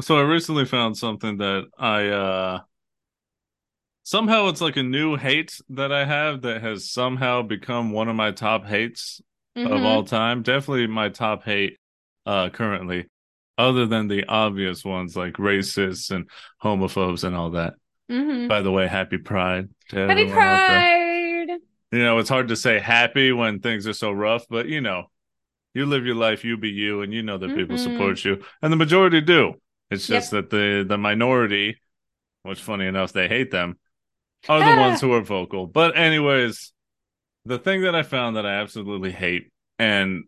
So I recently found something that I uh somehow it's like a new hate that I have that has somehow become one of my top hates of Mm-hmm. all time. Definitely my top hate uh currently, other than the obvious ones like racists and homophobes and all that. Mm-hmm. By the way, happy pride to Happy everyone out there. Pride. You know, it's hard to say happy when things are so rough, but you know, you live your life, you be you, and you know that people Mm-hmm. support you, and the majority do. It's just Yep. that the the minority, which funny enough, they hate them, are the ones Ah. who are vocal. But anyways, the thing that I found that I absolutely hate, and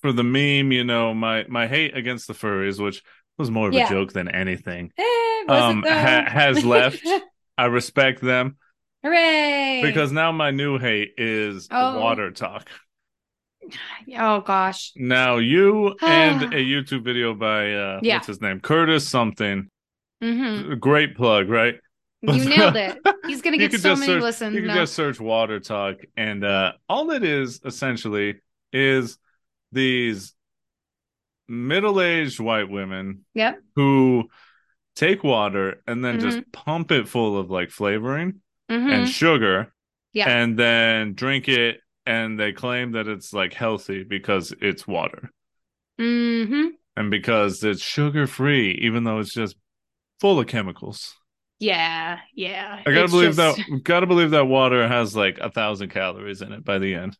for the meme, you know, my my hate against the furries, which was more of a Yeah. joke than anything, Eh, was it um, ha- though? has left. I respect them Hooray. because now my new hate is Oh. water talk. Oh gosh. Now you and a Ah. YouTube video by uh Yeah. what's his name? Curtis something. Mm-hmm. Great plug, right? You But nailed it. He's gonna you get could so just many search you listens could now. just search water talk and uh all it is essentially is these middle-aged white women Yep. who take water and then just Mm-hmm. pump it full of like flavoring and Mm-hmm. sugar Yeah. and then drink it and they claim that it's like healthy because it's water. Mm-hmm. and because it's sugar free, even though it's just full of chemicals. Yeah. Yeah. I gotta It's believe that just gotta believe that water has like a thousand calories in it by the end.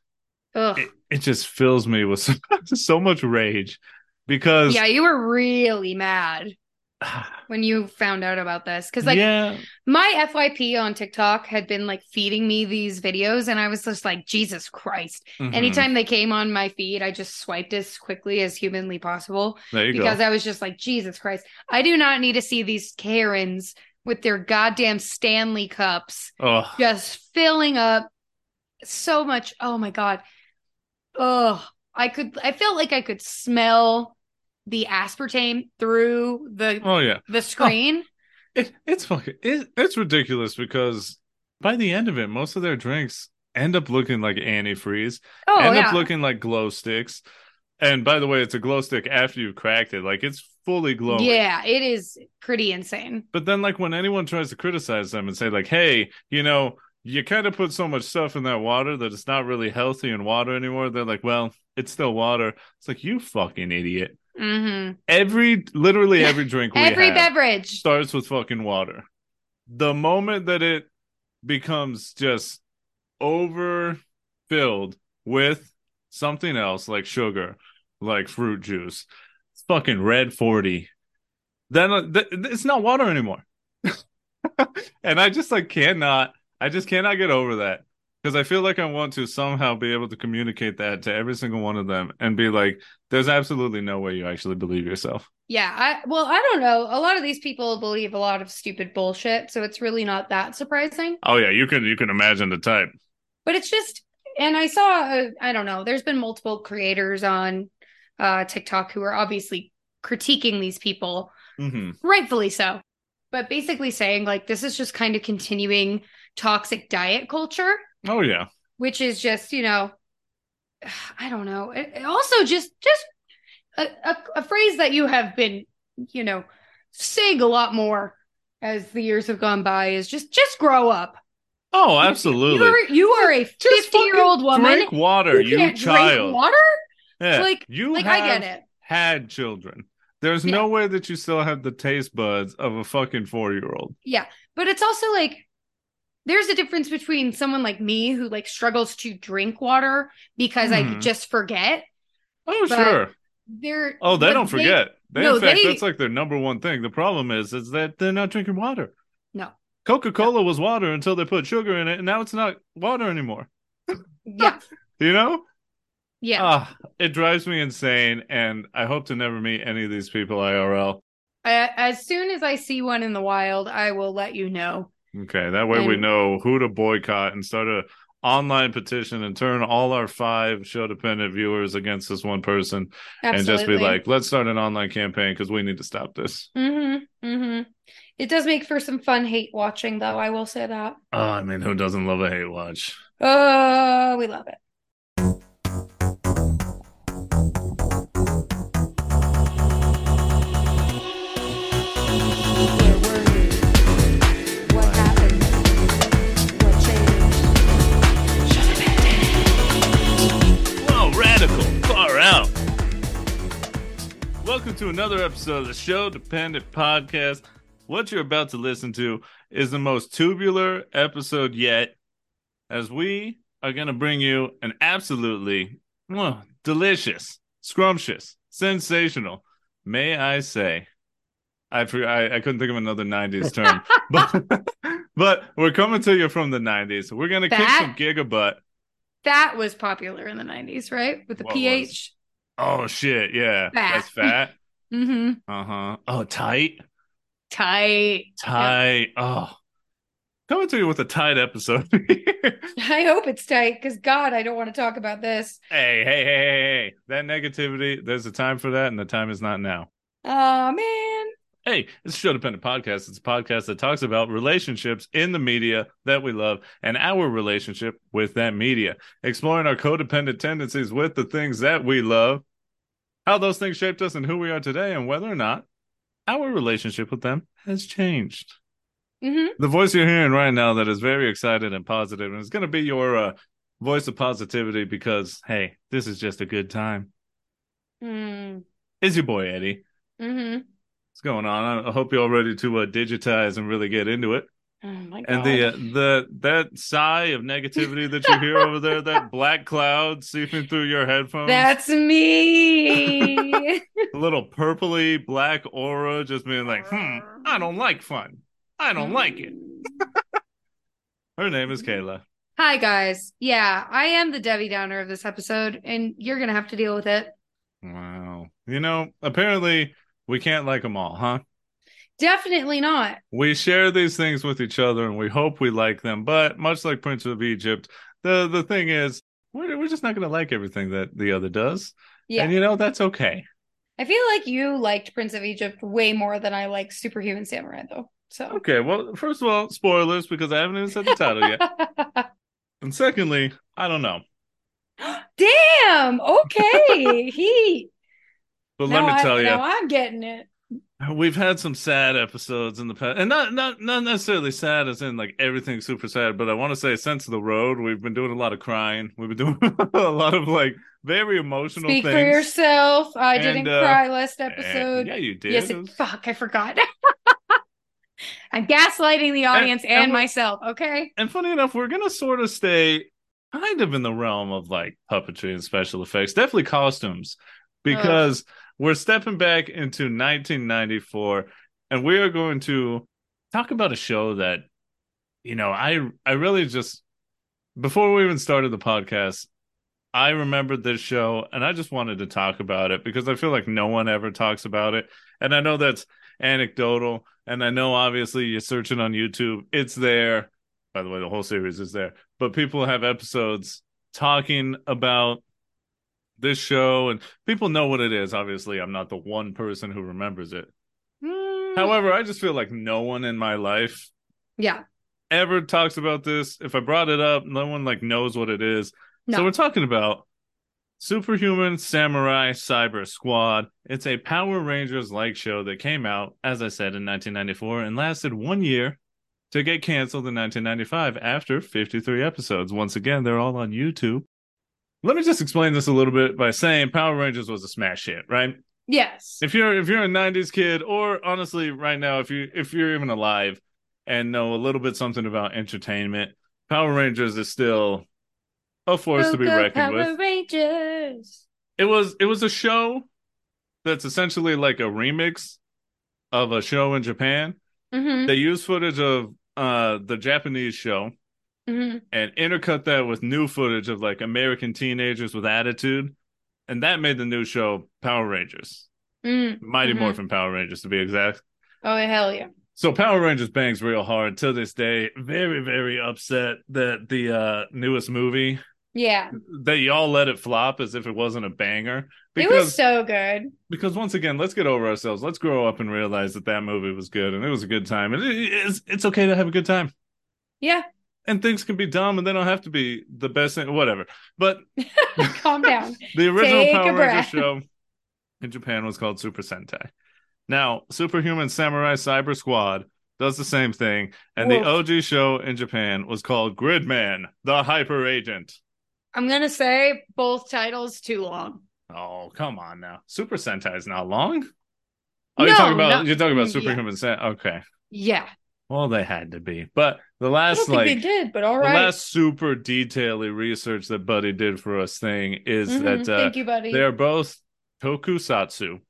ugh. It it just fills me with so, so much rage because Yeah, you were really mad ah, when you found out about this. Cause like yeah, my FYP on TikTok had been like feeding me these videos, and I was just like, Jesus Christ. hmm Anytime they came on my feed, I just swiped as quickly as humanly possible there you because go. I was just like, Jesus Christ, I do not need to see these Karens with their goddamn Stanley cups Oh, just filling up so much. Oh my God. Oh, I could, I felt like I could smell the aspartame through the oh yeah. the Oh, screen. it, it's fucking it, it's ridiculous because by the end of it, most of their drinks end up looking like antifreeze, Oh end up yeah. looking like glow sticks. And by the way, it's a glow stick after you've cracked it. Like it's fully glowing. Yeah, it is pretty insane. But then like when anyone tries to criticize them and say like, "Hey, you know, you kind of put so much stuff in that water that it's not really healthy in water anymore." They're like, "Well, it's still water." It's like, "You fucking idiot." hmm Every literally every drink we Every have beverage. starts with fucking water. The moment that it becomes just overfilled with something else like sugar, like fruit juice. It's fucking red 40. Then uh, th- th- it's not water anymore. and I just like cannot I just cannot get over that because I feel like I want to somehow be able to communicate that to every single one of them and be like there's absolutely no way you actually believe yourself. Yeah, I well, I don't know. A lot of these people believe a lot of stupid bullshit, so it's really not that surprising. Oh yeah, you can you can imagine the type. But it's just and I saw uh, I don't know, there's been multiple creators on uh TikTok who are obviously critiquing these people, Mhm. rightfully so. But basically saying like this is just kind of continuing toxic diet culture, Oh yeah. which is just, you know, I don't know. It- it also just just a, a, a phrase that you have been, you know, saying a lot more as the years have gone by is just just grow up. Oh, You you absolutely. are you are a Just 50 year fucking old woman. drink water, You you can't drink child. water? Yeah, Like you like I get have it. had children. There's Yeah. no way that you still have the taste buds of a fucking four year old. Yeah. But it's also like there's a difference between someone like me who like struggles to drink water because I Hmm. just forget, Oh, but sure. they're Oh, they but don't they forget. They, in no, fact, that's they like their number one thing. The problem is, is that they're not drinking water. no. Coca No. Cola was water until they put sugar in it, and now it's not water anymore. Yeah. you know? Yeah. Ah, it drives me insane, and I hope to never meet any of these people IRL. A- as soon as I see one in the wild, I will let you know. Okay, that way we And know who to boycott and start a online petition and turn all our five show dependent viewers against this one person and just be absolutely. like, let's start an online campaign because we need to stop this. Mhm. Mhm. It does make for some fun hate watching though, I will say that. Oh, I mean, who doesn't love a hate watch? Oh, we love it. Where were you? What happened? What changed? Whoa, radical, far out. Welcome to another episode of the Show Dependent Podcast. What you're about to listen to is the most tubular episode yet, as we are going to bring you an absolutely mwah, delicious, scrumptious, sensational, may I say. I, for- I I couldn't think of another 90s term, but but we're coming to you from the 90s. We're going to kick That- some gigabutt. That was popular in the 90s, right? With the What was? pH. Oh shit, yeah. Fat. That's fat. Mm-hmm. Uh-huh. Oh, tight. Tight. Tight. Oh. Coming to you with a tight episode. I hope it's tight because God, I don't want to talk about this. hey, hey, hey, hey, hey. That negativity, there's a time for that, and the time is not now. Oh man. Hey, it's a show dependent podcast. It's a podcast that talks about relationships in the media that we love and our relationship with that media, exploring our codependent tendencies with the things that we love, how those things shaped us and who we are today, and whether or not our relationship with them has changed. hmm the voice you're hearing right now that is very excited and positive and it's going to be your uh, voice of positivity because hey this is just a good time Mm. is your boy eddie hmm what's going on i I hope you're all ready to uh, digitize and really get into it Oh my God. and the uh, the that sigh of negativity that you hear over there that black cloud seeping through your headphones That's me. a little purpley black aura just being like hmm i don't like fun i don't like it her name is kayla Hi guys. Yeah, I am the Debbie Downer of this episode, and you're gonna have to deal with it. Wow. You know, apparently we can't like them all, huh? Definitely not. We share these things with each other and we hope we like them, but much like Prince of Egypt, the the thing is we're, we're just not going to like everything that the other does. Yeah. And you know, that's okay. I feel like you liked Prince of Egypt way more than I like Superhuman Samurai though. So Okay. Well, first of all, spoilers because I haven't even said the title yet. And secondly, I don't know. Damn. Okay. he But let now me I- tell you. now I'm getting it. We've had some sad episodes in the past, and not not not necessarily sad as in like everything's super sad, but I want to say since the road, we've been doing a lot of crying. We've been doing a lot of like very emotional Speak things. for yourself. I And, didn't uh, cry last Eh, episode. yeah, you did. yes, It it, was- fuck, I forgot. I'm gaslighting the audience and, and we- myself. Okay. and funny enough, we're gonna sort of stay kind of in the realm of like puppetry and special effects, definitely costumes, because we're stepping back into 1994, and we are going to talk about a show that, you know, I I really just before we even started the podcast. I remembered this show and I just wanted to talk about it because I feel like no one ever talks about it. And I know that's anecdotal. And I know obviously you're searching on YouTube, it's there by the way the whole series is there but people have episodes talking about this show and people know what it is obviously i'm not the one person who remembers it however i just feel like no one in my life Hmm, Yeah. ever talks about this if i brought it up no one like knows what it is No. so we're talking about superhuman samurai cyber squad it's a power rangers like show that came out as i said in 1994 and lasted one year to get canceled in 1995 after 53 episodes. Once again, they're all on YouTube. Let me just explain this a little bit by saying Power Rangers was a smash hit, right? Yes. If you're if you're a 90s kid or honestly right now if you if you're even alive and know a little bit something about entertainment, Power Rangers is still a force to be Go-Go reckoned Power with Rangers. it was it was a show that's essentially like a remix of a show in Japan. Mhm, They used footage of uh the Japanese show mhm. and intercut that with new footage of like American teenagers with attitude, and that made the new show Power Rangers, Mm. Mighty Mhm. Morphin Power Rangers to be exact. Oh, hell yeah. So Power Rangers bangs real hard to this day. Very very upset that the uh newest movie Yeah. that y'all let it flop as if it wasn't a banger it was so good. because once again, let's get over ourselves. Let's grow up and realize that that movie was good and it was a good time. And it, it's it's okay to have a good time. Yeah. And things can be dumb and they don't have to be the best thing, whatever. But Calm down. the original Take a Power Rangers breath. show in Japan was called Super Sentai. Now, Superhuman Samurai Cyber Squad does the same thing, and the Whoa. OG show in Japan was called Gridman, the Hyper Agent. I'm gonna say both titles too long. Oh, come on now. Super Sentai is not long. Oh, you're No, talking about no- you're talking about yeah. Superhuman Sentai. Okay. Yeah, Well, they had to be. But the I don't last think like they did, but all the right. last super detaily research that Buddy did for us thing is Mhm, that uh, Thank you, buddy. they're both tokusatsu,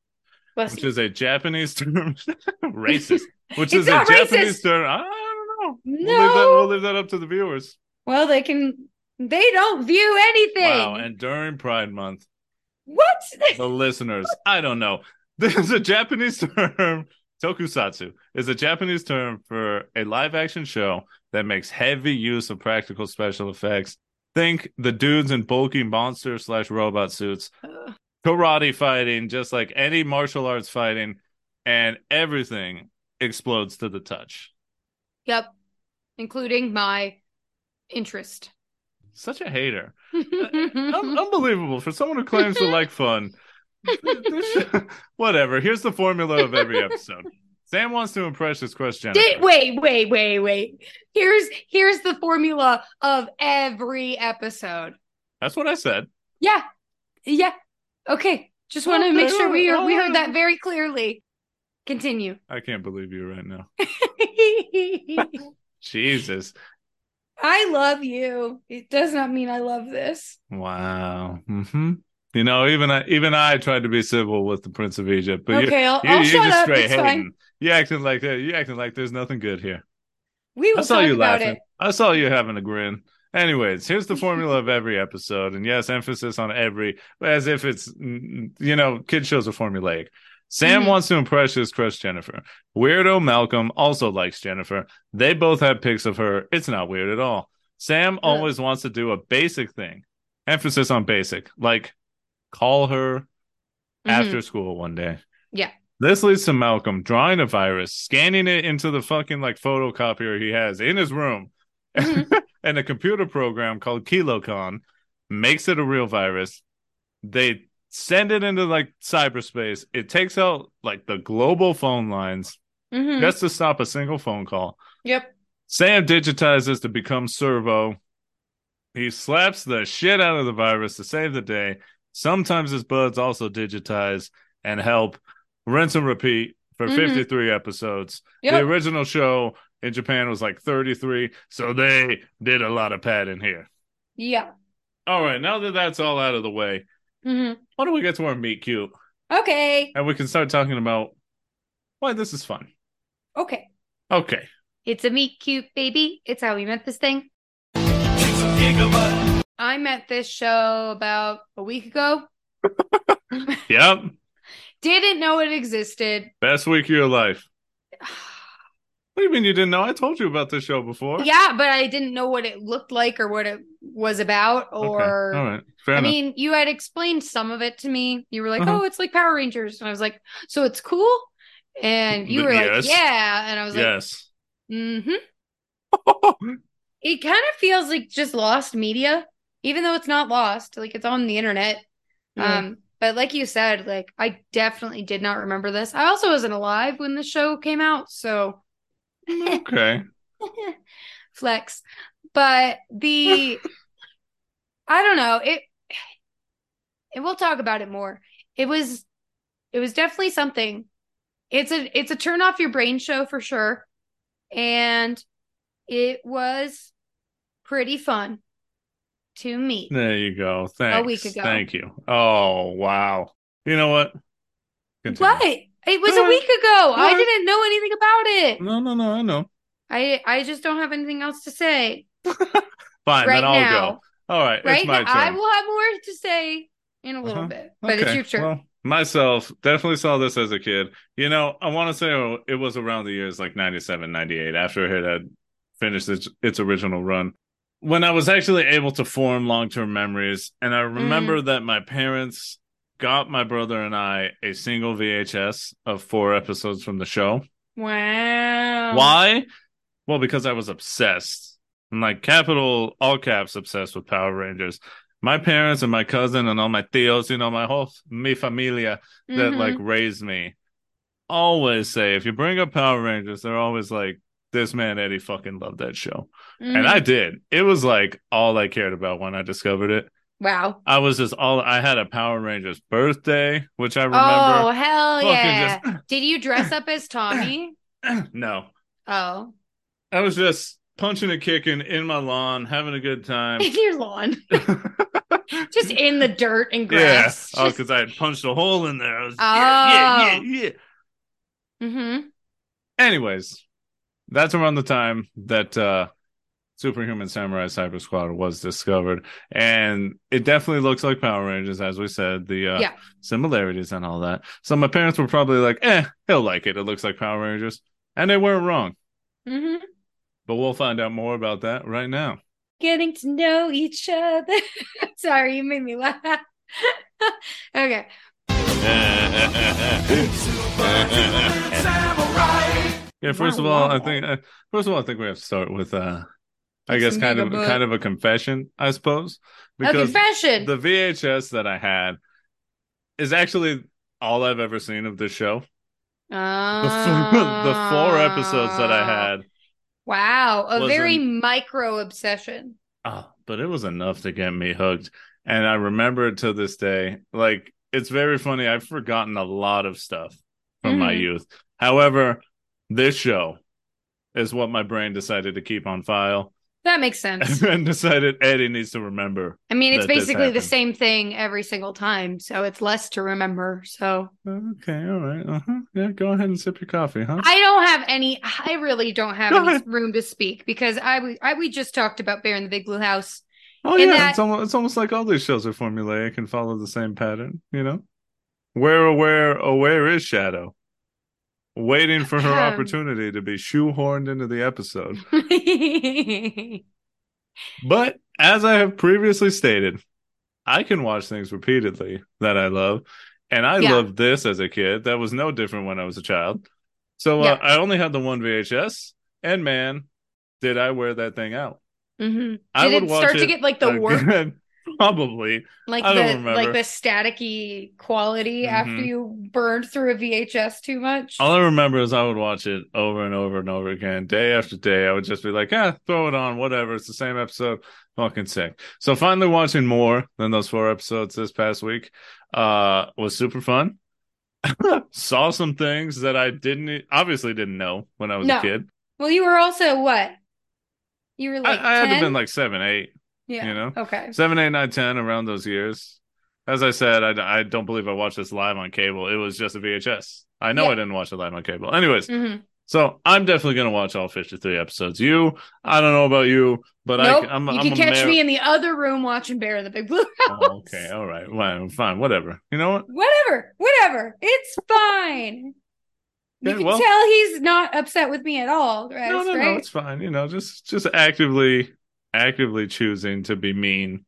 Bless which you. is a Japanese term racist. Which It's is a not racist. Japanese term. I don't know. We'll, leave that, No. we'll leave that up to the viewers. well, they can. They don't view anything. Wow. And during Pride Month, what? the listeners. I don't know. There's a Japanese term, tokusatsu, is a Japanese term for a live action show that makes heavy use of practical special effects. Think the dudes in bulky monster slash robot suits, Ugh. karate fighting, just like any martial arts fighting, and everything explodes to the touch. Yep, including my interest. Such a hater. Mm-hmm. Un- unbelievable for someone who claims to like fun. This sh- Whatever. Here's the formula of every episode. Sam wants to impress his crush Jennifer. Did, wait, wait, wait, wait. Here's here's the formula of every episode. That's what I said. Yeah, yeah. Okay, just want to Okay, make sure we all heard, we right. heard that very clearly. Continue. I can't believe you right now. Jesus. I love you. It does not mean I love this. Wow. hmm You know, even I, even I tried to be civil with the Prince of Egypt, but okay, I'll, you, you, I'll you're shut just up. straight It's hating. fine. You acting like that. You acting like there's nothing good here. We will I saw talk you about laughing. it. I saw you having a grin. Anyways, here's the formula of every episode, and yes, emphasis on every, as if it's mm, you know, kid shows are formulaic. Sam Mhm. wants to impress his crush Jennifer. Weirdo Malcolm also likes Jennifer. They both have pics of her. It's not weird at all. Sam always wants to do a basic thing. Emphasis on basic, like call her after school one day. Mm-hmm. Yeah. This leads to Malcolm drawing a virus, scanning it into the fucking like photocopier he has in his room. Mhm. and a computer program called Kilocon makes it a real virus. They send it into like cyberspace. It takes out like the global phone lines Mhm. just to stop a single phone call. Yep. Sam digitizes to become Servo. He slaps the shit out of the virus to save the day. Sometimes his buds also digitize and help. Rinse and repeat for Mhm. 53 episodes. The Yep. original show in Japan was like 33, so they did a lot of padding here. Yeah. All right, now that that's all out of the way, hmm why don't we get to our meet cute Okay. and we can start talking about why this is fun? Okay. Okay. It's a meet cute baby. It's how we met this thing. I met this show about a week ago. Yep. Didn't know it existed. Best week of your life. What do you mean you didn't know? I told you about this show before. yeah, but I didn't know what it looked like or what it was about or okay. all right, fair I enough. mean, you had explained some of it to me. You were like, Uh-huh. "Oh, it's like Power Rangers," and I was like, "So it's cool." And you Th- were yes. like, "Yeah," and I was yes. like, "Mm-hmm." It kind of feels like just lost media, even though it's not lost. Like it's on the internet. Yeah. Um, but like you said, like I definitely did not remember this. I also wasn't alive when the show came out, so okay. flex. But the I don't know, it and we'll talk about it more. It was it was definitely something. It's a it's a turn off your brain show for sure. And it was pretty fun to me. There you go. Thanks. week ago. Thank you. Oh wow. You know what? Continue. What? It was a Alright. week ago. I Alright. didn't know anything about it. No, no, no. I know. I I just don't have anything else to say Fine. right then I'll now. go. All right. Right it's my now, I turn. will have more to say in a little Uh-huh. bit, but it's Okay, your turn. well, myself definitely saw this as a kid. You know, I want to say oh, it was around the years like 97, 98 after it had finished its, its original run. When I was actually able to form long term memories, and I remember Mm. that my parents got my brother and I a single VHS of four episodes from the show. wow. Why? Well, because I was obsessed. I'm like capital all caps obsessed with Power Rangers. My parents and my cousin and all my theos, you know, my whole mi familia that Mhm. like raised me always say if you bring up Power Rangers, they're always like, this man Eddie fucking loved that show. mm-hmm. And I did. It was like all I cared about when I discovered it. wow. I was just all I had a Power Rangers birthday, which I Oh remember. hell Fucking yeah! Did you dress up as Tommy? just- no. Oh, I was just punching and kicking in my lawn, having a good time. in your lawn, just in the dirt and yeah. grass. Oh, because I had punched a hole in there. I was, yeah, yeah, Oh. yeah, yeah. mm-hmm. anyways, that's around the time that uh Superhuman Samurai Cyber Squad was discovered. And it definitely looks like Power Rangers, as we said, the uh Yeah. similarities and all that. So my parents were probably like, eh, he'll like it. It looks like Power Rangers. And they weren't wrong. Mm-hmm. But we'll find out more about that right now. Getting to know each other. Sorry, you made me laugh. okay. Yeah, first of all, I think uh, first of all, I think we have to start with uh I guess Some kind of mega book. kind of a confession, I suppose. A confession. the VHS that I had is actually all I've ever seen of this show. The, f- the four episodes that I Oh. had, Wow, a was very micro obsession. oh, but it was enough to get me hooked. And I remember it to this day. Like, it's very funny. I've forgotten a lot of stuff from my Mhm. youth. However, this show is what my brain decided to keep on file That makes sense. and decided Eddie needs to remember. I mean, it's that this basically the happened. same thing every single time, so it's less to remember. So Okay, all right. Uh-huh. Yeah, go ahead and sip your coffee, huh? I don't have any. I really don't have Go any ahead. room to speak because I, w- I- we just talked about Bear in the Big Blue House. Oh in yeah, that- it's almost it's almost like all these shows are formulaic and follow the same pattern, you know? Where where oh where is Shadow? Waiting for her Ahem. opportunity to be shoehorned into the episode. Mm-hmm. But as I have previously stated, I can watch things repeatedly that I love. And I Yeah. loved this as a kid. That was no different when I was a child. So uh, Yeah. I only had the one VHS, and man, did I wear that thing out. Mhm. I Did would it watch start it to get like the work, again. Probably. like I the don't remember. like the staticky quality after Mhm. you burned through a VHS too much? All I remember is I would watch it over and over and over again, day after day. I would just be like, ah, throw it on, whatever. It's the same episode. Fucking sick. So finally watching more than those four episodes this past week uh was super fun. Saw some things that I didn't e, obviously didn't know when I was a No. kid. Well, you were also what? You were like I, I had to 10? been like seven, eight, yeah. you know? Okay. Seven, eight, nine, ten, around those years. As I said, I, I don't believe I watched this live on cable. It was just a VHS. I know Yeah. I didn't watch it live on cable. Anyways, Mhm. So I'm definitely gonna watch all 53 episodes. You, I don't know about you, but nope. I, I'm. you I'm can a catch mar- me in the other room watching Bear in the Big Blue House. Oh, okay, all right, well, fine, whatever. You know what? Whatever. Whatever. It's fine. You Okay, can well- tell he's not upset with me at all, right? no, no, right? no, it's fine. You know, just just actively, actively choosing to be mean.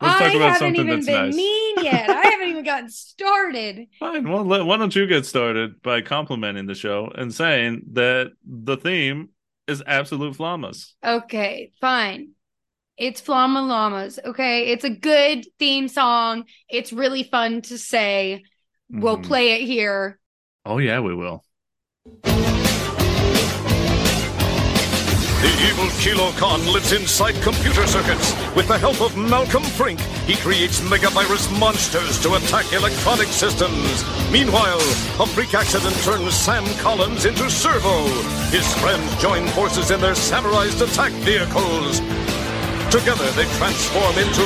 Let's I talk about haven't something even that's been nice. mean yet. I haven't even gotten started. Fine. Well, let, why don't you get started by complimenting the show and saying that the theme is absolute flamas. Okay, fine. It's Flama Llamas. Okay. It's a good theme song. It's really fun to say. We'll Mhm. play it here. Oh yeah, we will. The evil Kilo Khan lives inside computer circuits. With the help of Malcolm Frink, he creates megavirus monsters to attack electronic systems. Meanwhile, a freak accident turns Sam Collins into Servo. His friends join forces in their summarized attack vehicles. Together, they transform into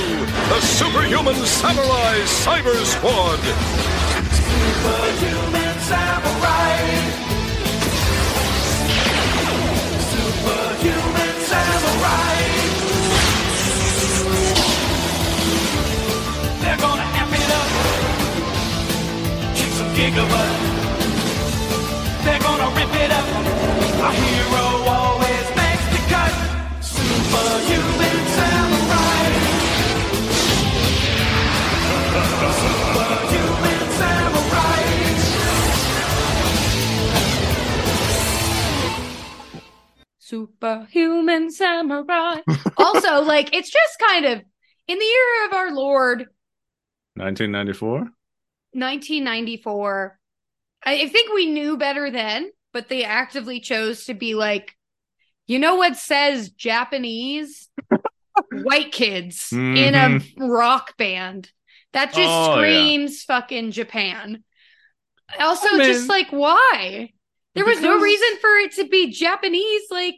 the Superhuman Samurai Cyber Squad. They're gonna amp it up. Kick some gigabyte. They're gonna rip it up. Our hero always makes the cut. Superhuman samurai. Superhuman samurai. superhuman samurai. also, like it's just kind of in the year of our Lord 1994. 1994. I I think we knew better then, but they actively chose to be like, you know what says Japanese? White kids in a rock band. That just Mm-hmm. Oh, yeah. screams fucking Japan. Also, I mean- just like, why? There was no Because- reason for it to be Japanese. Like,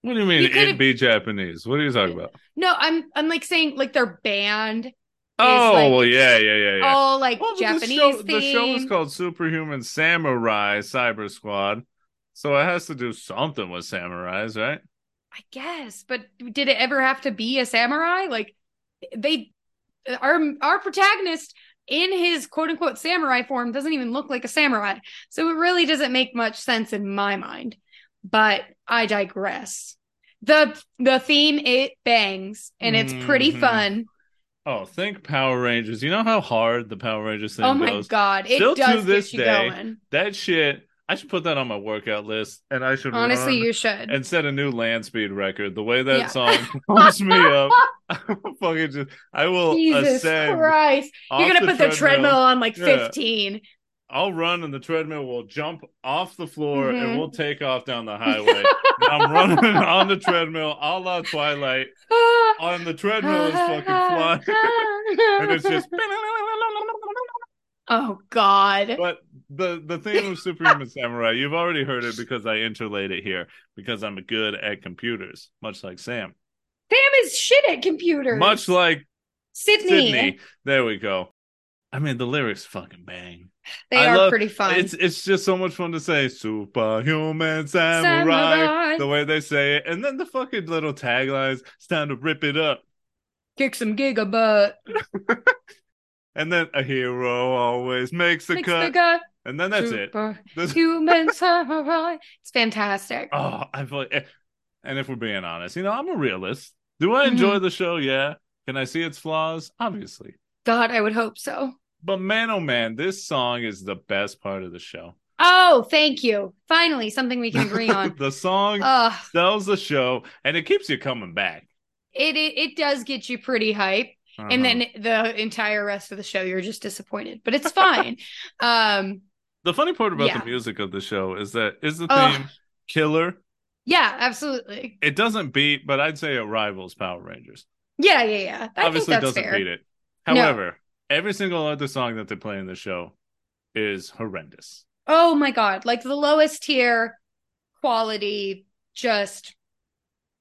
What do you mean You it could've- be Japanese? What are you talking about? no, I'm I'm like saying like their band, Oh like- well, yeah, yeah, yeah, yeah. all like Well, but Japanese the show, the show theme. was called Superhuman Samurai Cyber Squad, so it has to do something with samurais, right? I guess, but did it ever have to be a samurai? Like they our our protagonist in his quote unquote samurai form doesn't even look like a samurai. So it really doesn't make much sense in my mind. But I digress. The the theme it bangs and it's pretty Mhm. fun. Oh, think Power Rangers. You know how hard the Power Rangers thing oh my goes. god. It Still to does this get you day, going. That shit. I should put that on my workout list, and I should Honestly, run you should. and set a new land speed record. The way that Yeah. song pumps me up, I will fucking just. I will Jesus ascend. Christ. off You're gonna put the treadmill on like Yeah. 15. I'll run on the treadmill. We'll jump off the floor Mhm. and we'll take off down the highway. And I'm running on the treadmill, a la Twilight. Ah. On the treadmill is fucking flying, and it's just. oh god But the the theme of Superhuman Samurai, you've already heard it because I interlaid it here because I'm good at computers, much like Sam, Sam is shit at computers much like sydney, Sydney. There we go. I mean, the lyrics fucking bang. they I are love- pretty fun It's it's just so much fun to say superhuman samurai. Samurai. the way they say it, and then the fucking little taglines, it's time to rip it up. kick some gigabutt And then a hero always makes the Makes cut. the gut and then that's it. This- human samurai it's fantastic oh, I feel like, and if we're being honest, you know, I'm a realist. Do Mm-hmm. I enjoy the show? Yeah. Can I see its flaws? Obviously. god i would hope so But man, oh man, this song is the best part of the show. oh thank you finally something we can agree on the song Ugh. sells the show, and it keeps you coming back. it, it it does get you pretty hype and Uh-huh. then the entire rest of the show you're just disappointed but it's fine um the funny part about yeah. the music of the show is that is the Ugh. theme killer. yeah absolutely It doesn't beat, but I'd say it rivals Power Rangers. Yeah, yeah, yeah. I Obviously, think it that's doesn't fair. beat it. No. However, every single other song that they play in the show is horrendous. Oh my god, like the lowest tier quality, just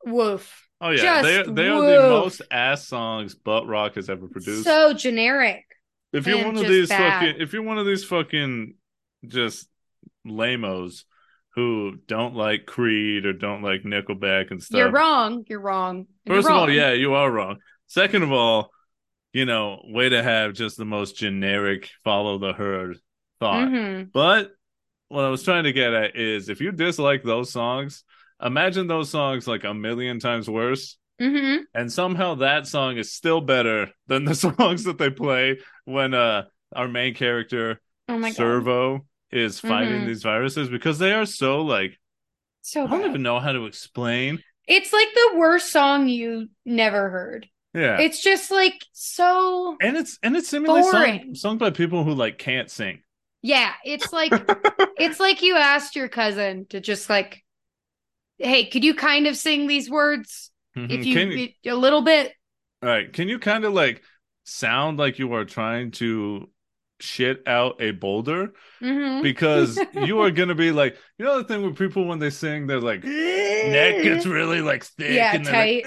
woof. Oh yeah, they Just they are the woof. most ass songs butt rock has ever produced. So generic. if you're and one of just these bad. fucking, if you're one of these fucking just lamos who don't like Creed or don't like Nickelback and stuff, You're wrong. You're wrong. You're First of all, wrong. yeah, you are wrong. Second of all, you know, way to have just the most generic follow the herd thought. Mhm. But what I was trying to get at is if you dislike those songs, imagine those songs like a million times worse. Mhm. And somehow that song is still better than the songs that they play when uh our main character Oh my god. Servo is fighting Mhm. these viruses because they are so like So I don't bad. even know how to explain. It's like the worst song you never heard. Yeah. It's just like so and it's and it's similarly sung, Boring. sung by people who like can't sing. Yeah, it's like it's like you asked your cousin to just like hey, could you kind of sing these words if you, Mm-hmm. can you, a little bit? all right, can you kind of like sound like you are trying to shit out a boulder Mhm. because you are going to be like you know the thing with people when they sing they're like neck gets really like thick Yeah, and they're like,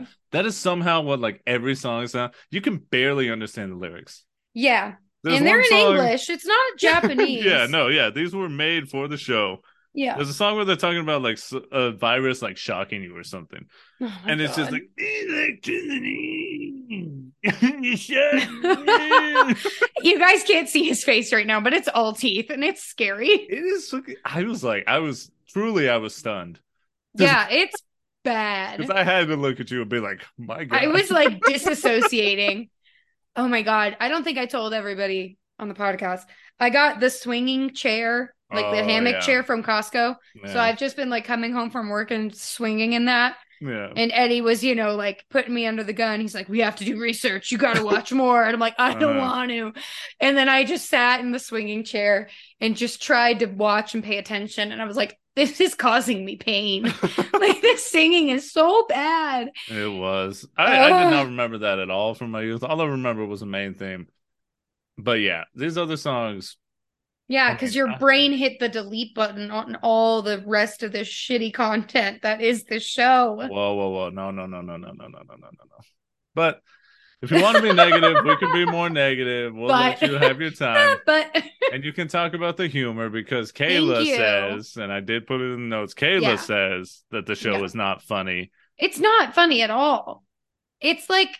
"Ugh." that is somehow what like every song sounds. You can barely understand the lyrics. Yeah. There's and they're one in song- English. It's not Japanese. yeah, no, yeah, these were made for the show. Yeah. There's a song where they're talking about like s- a virus like shocking you or something. Oh and it's just like electricity. You shot me." you guys can't see his face right now, but it's all teeth and it's scary. it is. fucking- I was like, I was truly, I was stunned Does- Yeah, it's because bad. I had to look at you and be like, my god. I was like disassociating. Oh my god, I don't think I told everybody on the podcast. I got the swinging chair, like the Oh, hammock yeah. chair from Costco. Yeah. So I've just been like coming home from work and swinging in that. Yeah. And Eddie was, you know, like putting me under the gun. He's like, we have to do research. You got to watch more. And I'm like, I don't Uh-huh. want to. And then I just sat in the swinging chair and just tried to watch and pay attention. And I was like, this is causing me pain. like, this singing is so bad. It was. I, I did Ugh. not remember that at all from my youth. All I remember was the main theme. But yeah, these other songs. Yeah, Oh because my your God. brain hit the delete button on all the rest of the shitty content that is the show. Whoa, whoa, whoa! No, no, no, no, no, no, no, no, no, no, no. But if you want to be negative, we can be more negative. We'll But- let you have your time, But and you can talk about the humor because Kayla you. says, and I did put it in the notes. Kayla Yeah. says that the show Yeah. is not funny. it's not funny at all. It's like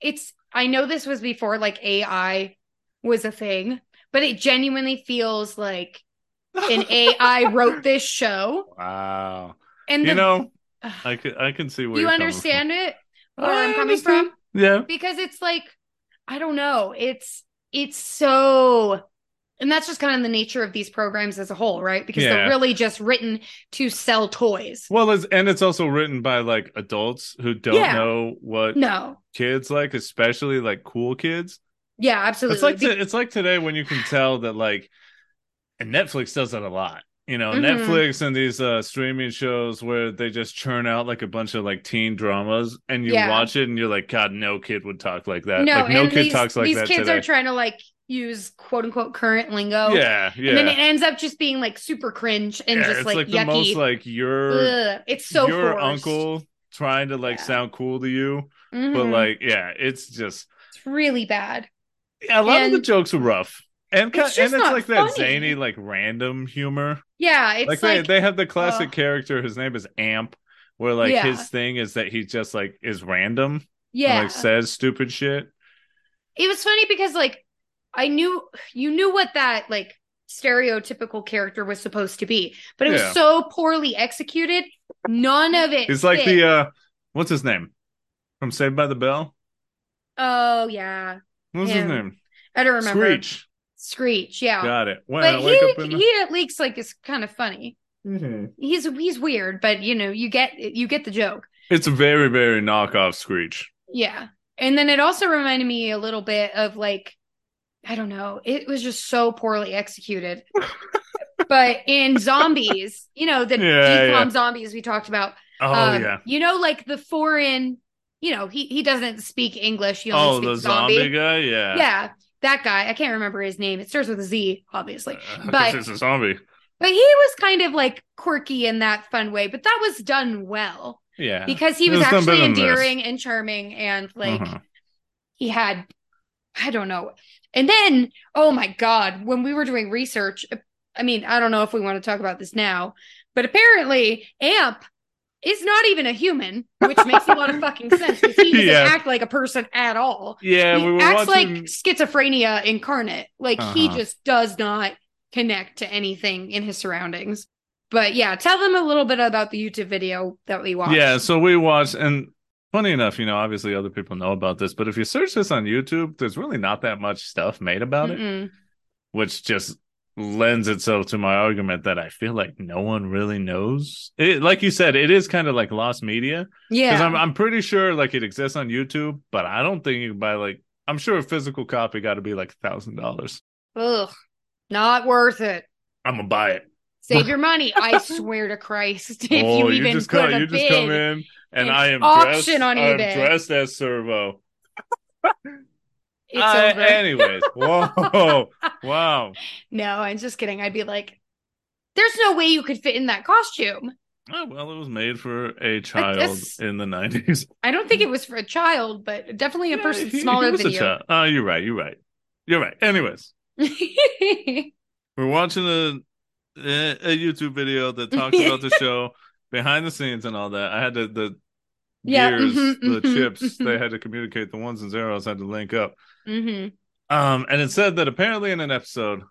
it's I know this was before like AI was a thing, but it genuinely feels like an AI wrote this show Wow. and You the, know, Ugh. I can I can see where do you you're coming from. understand it where I I'm coming understand. from? Yeah. Because it's like I don't know, it's it's so and that's just kind of the nature of these programs as a whole, right? Because Yeah. they're really just written to sell toys. Well, it's, and it's also written by like adults who don't Yeah. know what No. kids like, especially like cool kids. Yeah, absolutely. It's like Be- to, it's like today when you can tell that like, and Netflix does that a lot. You know, Mhm. Netflix and these uh, streaming shows where they just churn out like a bunch of like teen dramas, and you Yeah. watch it and you're like, God, no kid would talk like that. No, like, no and kid these, talks like these that kids today. are trying to like use quote unquote current lingo. yeah, yeah. And then it ends up just being like super cringe and Yeah, just it's like, like yucky. the most like your Ugh, it's so your forced. uncle trying to like Yeah. sound cool to you, but Mhm. like yeah, it's just it's really bad. Yeah, a lot of the And- jokes are rough. And, ki- It's just and it's not like that funny. zany, like random humor. Yeah, it's like like, they, they have the classic ugh. character, his name is Amp, where like Yeah. his thing is that he just like is random and yeah. like says stupid shit. it was funny because like I knew you knew what that like stereotypical character was supposed to be, but it Yeah. was so poorly executed. None of it. It's like fit. the uh what's his name? From Saved by the Bell? oh yeah, What's his Him. name? I don't remember. Screech. Screech, yeah. Got it. When I but wake up in the- he Mm-hmm. he at least like is kind of funny. He's he's weird, but you know you get you get the joke. It's a very, very knockoff Screech. Yeah, and then it also reminded me a little bit of like I don't know, it was just so poorly executed. but in zombies, you know the Yeah, decom yeah. zombies we talked about. Oh um, yeah. you know like the foreign. You know he he doesn't speak English. He Oh, only the speaks zombie. zombie guy? Yeah. Yeah, that guy. I can't remember his name. It starts with a Z, obviously. Uh, But- it's a zombie. But he was kind of like quirky in that fun way, but that was done well Yeah. because he It was, was done actually better than this. endearing and charming and like Uh-huh. he had, I don't know. And then, oh my God, when we were doing research, uh, I mean, I don't know if we want to talk about this now, but apparently Amp is not even a human, which makes a lot of fucking sense because he doesn't Yeah. act like a person at all. Yeah, he we were acts watching like schizophrenia incarnate. Like he Uh-huh. just does not connect to anything in his surroundings. But yeah, tell them a little bit about the YouTube video that we watched. Yeah, so we watched, and funny enough, you know, obviously other people know about this, but if you search this on YouTube, there's really not that much stuff made about it, Mm-mm. which just lends itself to my argument that I feel like no one really knows. It, like you said, it is kind of like lost media because Yeah. I'm I'm pretty sure like it exists on YouTube, but I don't think you can buy like I'm sure a physical copy got to be like a thousand dollars. Ugh. Not worth it. I'm gonna buy it. Save your money. I swear to Christ. If you even just put come, a Oh, you just bid. come in, and an I am auction dressed, on I'm eBay. dressed as Servo. It's Uh, over. Anyways, whoa, wow. no, I'm just kidding. I'd be like, there's no way you could fit in that costume. Oh, well, it was made for a child guess- in the nineties. I don't think it was for a child, but definitely a person smaller than you. Oh, you're right. You're right. You're right. Anyways, we're watching a a, a YouTube video that talks about the show behind the scenes and all that. I had to the Yeah, gears, mhm, the mhm, chips. They mhm. had to communicate. The ones and zeros had to link up. hmm Um, and it said that apparently in an episode,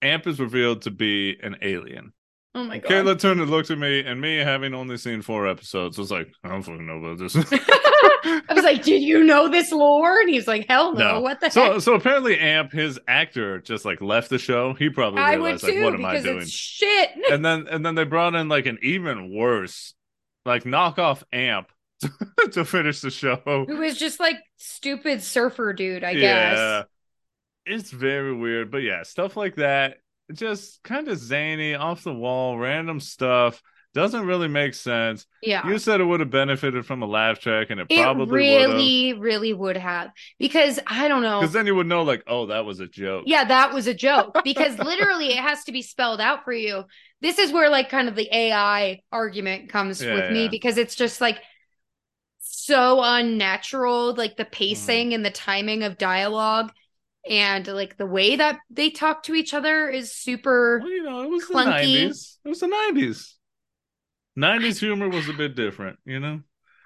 Amp is revealed to be an alien. Oh my god. Kayla turned and looked at me, and me having only seen four episodes was like, I don't fucking know about this. I was like, "Did you know this lore?" And he's like, "Hell no! No. What the so, heck?" so apparently, Amp, his actor, just like left the show. He probably I would realized, like, too what am I because doing? it's shit. and then, and then they brought in like an even worse like knockoff amp to finish the show. Who is just like stupid surfer dude, I guess. It's very weird, but yeah, stuff like that. Just kind of zany, off the wall, random stuff. Doesn't really make sense. Yeah. You said it would have benefited from a laugh track, and it, it probably would really, really would have. Because I don't know. Because then you would know, like, oh, that was a joke. Yeah, that was a joke because literally it has to be spelled out for you. This is where like kind of the AI argument comes Yeah, with me yeah. because it's just like so unnatural, like the pacing Mm. and the timing of dialogue and like the way that they talk to each other is super Well, you know, it was clunky. the nineties. It was the nineties. Nineties humor was a bit different, you know.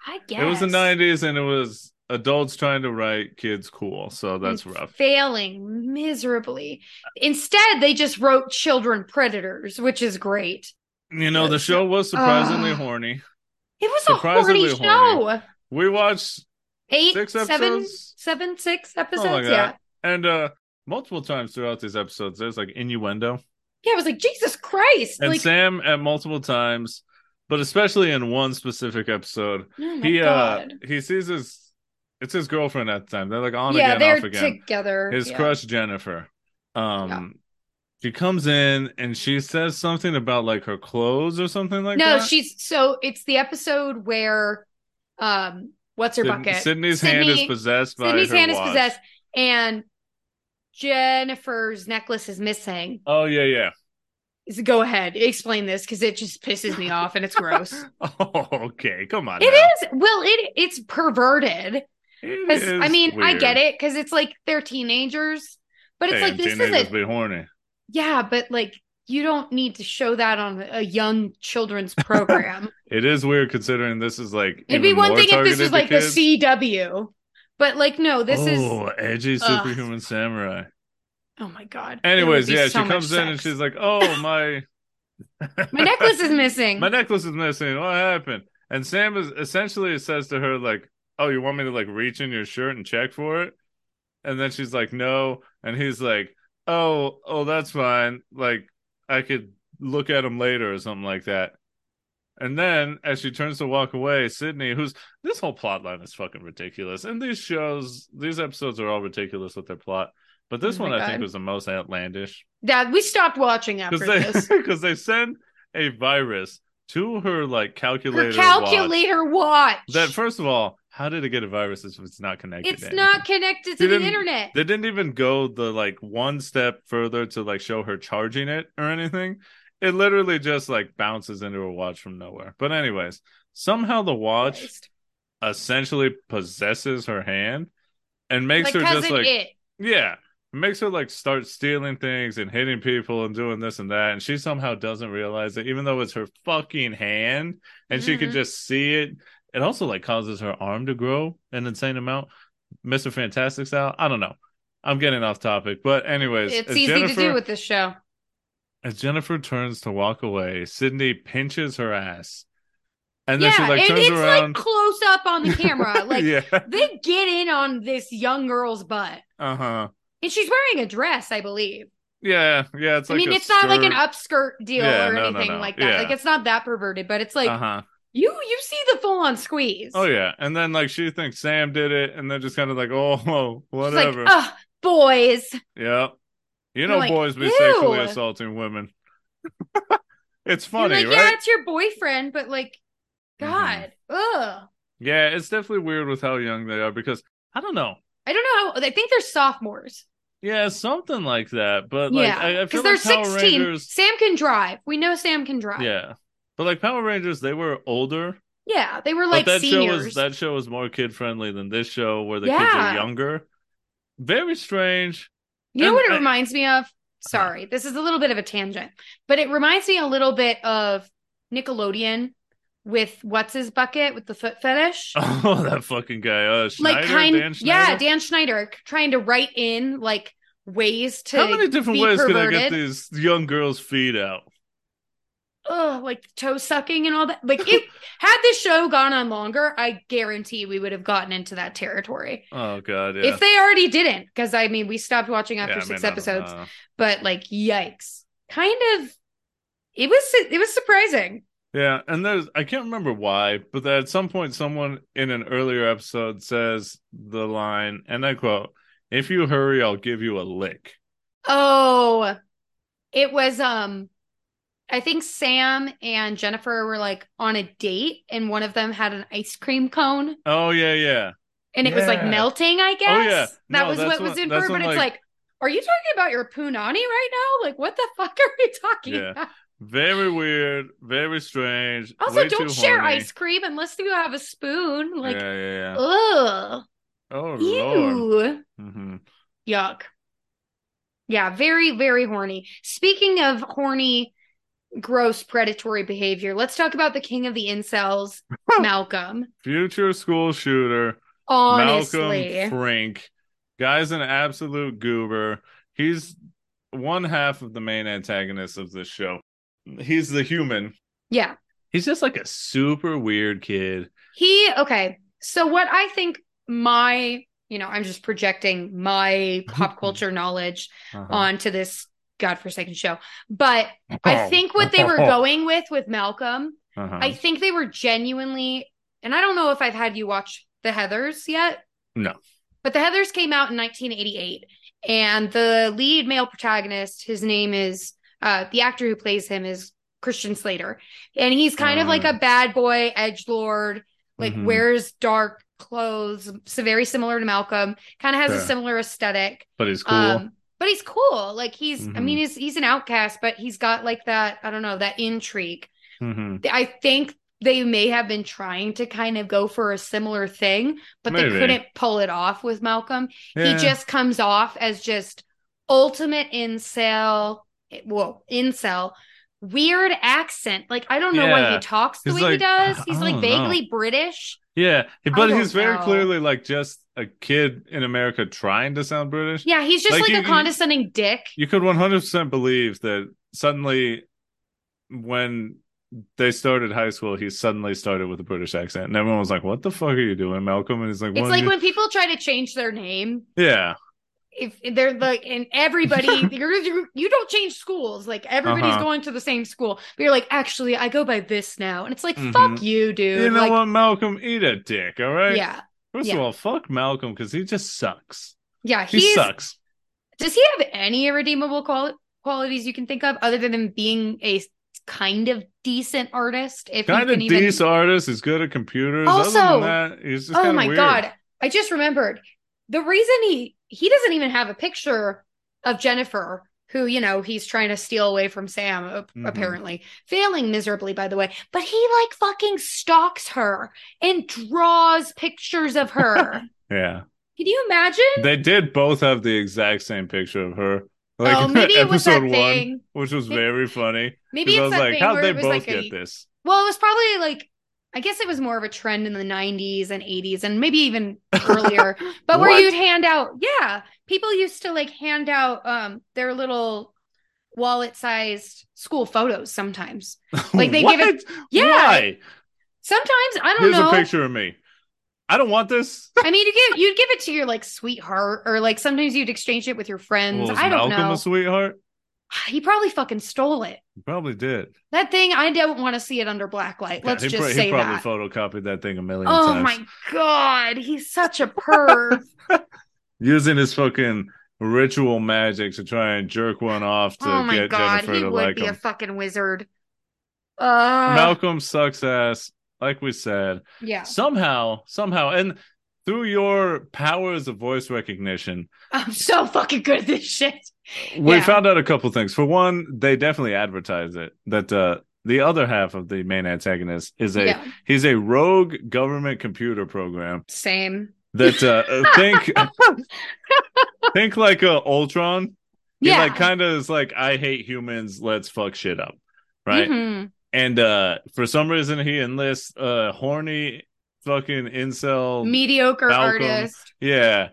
I guess It was the nineties, and it was adults trying to write kids cool. So that's and rough. Failing miserably. Instead, they just wrote children predators, which is great. You know, the show was Uh. surprisingly Ugh. horny. It was a horny Surprisingly show. horny. We watched Eight, Six seven, episodes? Oh seven, six episodes. something like yeah. that, and uh multiple times throughout these episodes, there's like innuendo, Yeah. I was like, Jesus Christ. and like, Sam at multiple times, but especially in one specific episode, oh my he God. uh he sees his it's his girlfriend at the time. They're like on yeah, again, they're off again. together. his yeah. crush Jennifer. Um she comes in and she says something about like her clothes or something like no, that. she's so it's the episode where, um, what's her Syd- bucket? Sydney's hand is Sydney- possessed by Sydney's her hand watch. is possessed, and Jennifer's necklace is missing. Oh yeah, yeah. So Go ahead, explain this because it just pisses me off and it's gross. It Oh, okay. Come on. now. is well, it it's perverted. It 'Cause, I is mean, I weird. get it because it's like they're teenagers, but it's Hey, like this teenagers isn't. be horny. Yeah, but like you don't need to show that on a young children's program. It is weird considering this is like It'd be even one more thing if this targeted was to like kids. the CW, but like no, this oh, is edgy Ugh. superhuman samurai. oh my god. There would Anyways, be yeah, she so much comes in and sex. she's like, "Oh my, my necklace is missing. my necklace is missing. What happened?" And Sam is essentially says to her like, "Oh, you want me to like reach in your shirt and check for it?" And then she's like, "No," and he's like, "Oh, oh, that's fine. Like, I could look at him later or something like that." And then, as she turns to walk away, Sydney, who's this whole plot line is fucking ridiculous, and these shows, these episodes are all ridiculous with their plot. But this Oh my one I think God. was the most outlandish yeah, we stopped watching after because this. they because they send a virus to her like calculator. Her watch. calculator watch. That first of all, how did it get a virus if it's not connected? it's to not anything? connected They to the didn't- internet. They didn't even go the like one step further to like show her charging it or anything. It literally just like bounces into a watch from nowhere. But anyways, somehow the watch Christ. essentially possesses her hand and makes Like her cousin just like it. yeah. It makes her like start stealing things and hitting people and doing this and that. And she somehow doesn't realize it, even though it's her fucking hand and she can Mhm. just see it. It also like causes her arm to grow an insane amount. Mr. Fantastic style. I don't know. I'm getting off topic. But anyways, It's as easy Jennifer- to do with this show. as Jennifer turns to walk away, Sydney pinches her ass. And then she like and turns it's around. like close up on the camera. Like yeah. they get in on this young girl's butt, Uh-huh. and she's wearing a dress, I believe. Yeah. Yeah. It's I like mean, a it's not like an skirt. upskirt deal Yeah, or no, no, anything no. like that. Yeah. Like it's not that perverted, but it's like uh-huh. you you see the full on squeeze. Oh yeah, and then like she thinks Sam did it, and then just kind of like, oh, whoa, She's whatever. like, oh, boys. yeah, you know, You're like, boys be sexually ew. assaulting women. it's You're funny, right? like, Mm-hmm. yeah, it's your boyfriend, but like, God, ugh. Yeah, it's definitely weird with how young they are because I don't know. I don't know. How, I think they're sophomores. Yeah, something like that. But like, I, yeah, I feel they're like Power 16. Rangers. Sam can drive. We know Sam can drive. Yeah, but like Power Rangers, they were older. Yeah, they were like but that seniors. show was that show was more kid friendly than this show where the kids Yeah. are younger. Very strange. You know And what it I- Uh-huh. reminds me of? Sorry, this is a little bit of a tangent, but it reminds me a little bit of Nickelodeon with what's his bucket with the foot fetish. Oh, that fucking guy. Uh, Schneider, like kind Dan yeah, Schneider? Dan Schneider trying to write in like ways to How many different be ways perverted. can I get these young girls' feet out? Ugh, like toe sucking and all that. Like if had this show gone on longer, I guarantee we would have gotten into that territory. Oh god, yeah. If they already didn't, because I mean we stopped watching Yeah, after I six mean, I don't episodes. know. but like yikes kind of it was it was surprising Yeah, and there's I can't remember why, but at some point someone in an earlier episode says the line, and I quote, "If you hurry, I'll give you a lick." Oh, it was um I think Sam and Jennifer were like on a date and one of them had an ice cream cone Oh yeah, yeah. and it was like Yeah. melting, I guess. Oh, yeah. That No, was that's what was what- in that's her, what, but it's like- like, are you talking about your punani right now? Like what the fuck are you talking Yeah. about? Very weird, very strange. Also, way don't too share horny. ice cream unless you have a spoon. Like, yeah, yeah, yeah. ugh. Oh lord. Ew. hmm Yuck. Yeah, very, very horny. Speaking of horny, gross, predatory behavior, let's talk about the king of the incels, Malcolm. Future school shooter, Honestly. Malcolm Frank. Guy's an absolute goober. He's one half of the main antagonist of this show. He's the human Yeah. He's just like a super weird kid. He, okay. So, what I think my, you know, I'm just projecting my pop culture knowledge Uh-huh. onto this godforsaken show. But Oh. I think what they were going with with Malcolm Uh-huh. I think they were genuinely, and I don't know if I've had you watch The Heathers yet. No. But The Heathers came out in 1988, and the lead male protagonist, his name is, uh, the actor who plays him is Christian Slater, and he's kind of Ah. like a bad boy, edge lord, like Mhm. wears dark clothes, so very similar to Malcolm, kind of has Sure. a similar aesthetic. but he's cool. Um, but he's cool. Like he's, I Mhm. mean, he's he's an outcast, but he's got like that, I don't know, that intrigue. Mhm. I think they may have been trying to kind of go for a similar thing, but Maybe. they couldn't pull it off with Malcolm. Yeah. He just comes off as just ultimate incel. Whoa, incel. Weird accent. Like I don't know why Yeah. he talks the He's way he like, does. I- He's I like don't vaguely British. yeah, but don't he's very know. clearly like just a kid in America trying to sound British. Yeah, he's just Like, like, you- a you- condescending dick. You could 100% believe that suddenly when they started high school, he suddenly started with a British accent. And everyone was like, What the fuck are you doing, Malcolm? And he's like, It's "Well, like you-" when people try to change their name. Yeah. if they're like and everybody you're, you're you don't change schools like everybody's Uh-huh. going to the same school but you're like actually i go by this now and it's like Mhm. fuck you dude You know like what, Malcolm? Eat a dick, all right? yeah First yeah. of all, fuck Malcolm because he just sucks. yeah He he's sucks. does he have any irredeemable quali- qualities you can think of other than being a kind of decent artist if Kind you of can even decent artist. He's good at computers. Other than Also- that, he's just oh kinda my weird. god i just remembered the reason he he doesn't even have a picture of jennifer who you know he's trying to steal away from sam ap- Mhm. apparently failing miserably by the way but he like fucking stalks her and draws pictures of her can Yeah, you imagine they did both have the exact same picture of her. Like oh maybe it was that episode one, thing which was Maybe- very funny. maybe Because I was it's that like, thing how'd where they it was both like get a this? well it was probably like I guess it was more of a trend in the 90s and 80s and maybe even earlier, but where What? you'd hand out, yeah, people used to like hand out um their little wallet-sized school photos sometimes. Like, they What? give it- Yeah. Why? Sometimes I don't Here's know. a picture of me. I don't want this. I mean, you give you'd give it to your like sweetheart or like sometimes you'd exchange it with your friends. Well, is I don't Malcolm a know. sweetheart? He probably fucking stole it. He probably did. That thing, I don't want to see it under blacklight. Yeah, Let's he, just pro- he say probably that. photocopied that thing a million Oh times. my god, he's such a perv. Using his fucking ritual magic to try and jerk one off to oh my get god, Jennifer he to would like be him. a fucking wizard. Uh, Malcolm sucks ass, like we said. yeah. Somehow, somehow, and through your powers of voice recognition, I'm so fucking good at this shit. we Yeah. found out a couple things. For one, they definitely advertise it that uh, the other half of the main antagonist is a Yeah. he's a rogue government computer program Same. that uh, think think like a Ultron. He yeah. like kind of is like I hate humans. Let's fuck shit up, right? Mhm. And uh for some reason he enlists uh horny fucking incel Mediocre Malcolm. artist. yeah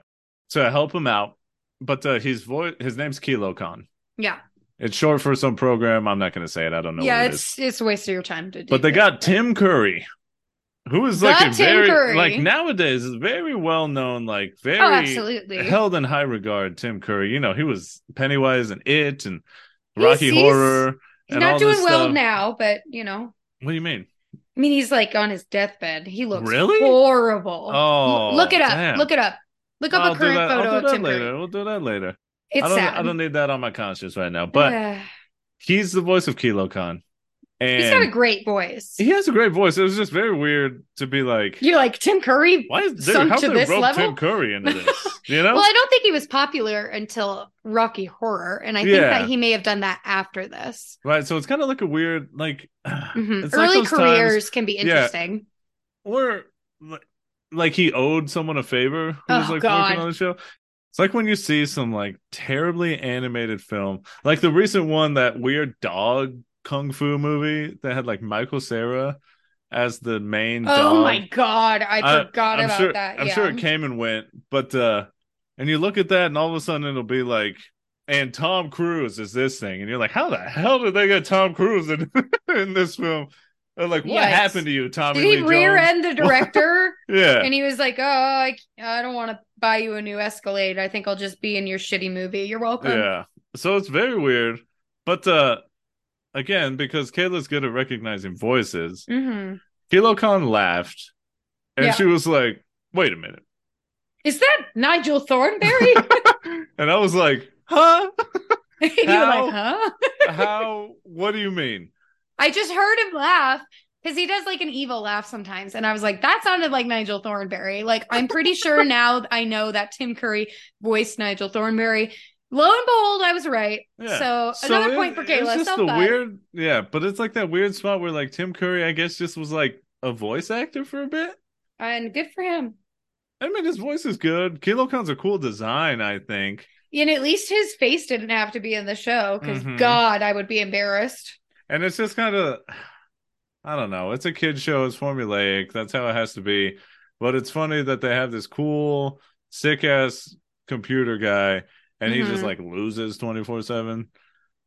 to help him out. But uh his voice his name's KiloCon. Yeah. It's short for some program. I'm not gonna say it. I don't know yeah, what it is. it's it's a waste of your time to do. But they this. got Tim Curry, who is The like a Tim very Curry. like nowadays is very well known, like very Oh, absolutely. held in high regard, Tim Curry. You know, he was Pennywise and It and He's- Rocky he's- Horror. He's and all not this doing well stuff. now, but you know, What do you mean? I mean, he's like on his deathbed. He looks Really? horrible. Oh, L- look it up. damn. Look it up. Look up I'll a do current that- I'll photo do of that Tim Curry. later. We'll do that later. It's I don't. sad. I don't need that on my conscience right now. But he's the voice of Kilo Khan, and he's got a great voice. he has a great voice. It was just very weird to be like, You're like Tim Curry. why is dude, sunk how to they this rope level? Tim Curry into this? You know? Well, I don't think he was popular until Rocky Horror, and I think Yeah. that he may have done that after this. right. So it's kind of like a weird like. Mhm. It's like Early those times- careers can be Yeah. interesting. or li- like he owed someone a favor who was Oh, like God. working on the show. It's like when you see some like terribly animated film, like the recent one that weird dog kung fu movie that had like Michael Sarah as the main. Oh dog. my god, I, I- forgot I'm about sure, that. I'm yeah. sure it came and went, but uh, and you look at that, and all of a sudden it'll be like. And Tom Cruise is this thing, and you're like, how the hell did they get Tom Cruise in, in this film? They're like, what Yikes. happened to you, Tommy? Did he Lee rear Jones? end the director? Yeah, and he was like, "Oh, I, I don't want to buy you a new Escalade. I think I'll just be in your shitty movie. You're welcome." yeah so it's very weird but uh again because kayla's good at recognizing voices Mhm. kilo khan laughed and Yeah. she was like wait a minute Is that Nigel Thornberry? and i was like huh And you were How? like, huh? how what do you mean I just heard him laugh because he does like an evil laugh sometimes, and I was like, that sounded like Nigel Thornberry. Like I'm pretty sure now I know that Tim Curry voiced Nigel Thornberry. Lo and behold, I was right. Yeah. So, another it- point for Kayla. it's just Self the thought. weird yeah but it's like that weird spot where like tim curry i guess just was like a voice actor for a bit and good for him. i mean his voice is good kilo khan's a cool design i think And at least his face didn't have to be in the show because Mhm. God, I would be embarrassed. and it's just kind of i don't know it's a kid show it's formulaic that's how it has to be but it's funny that they have this cool sick ass computer guy and he just Mhm. like loses 24 7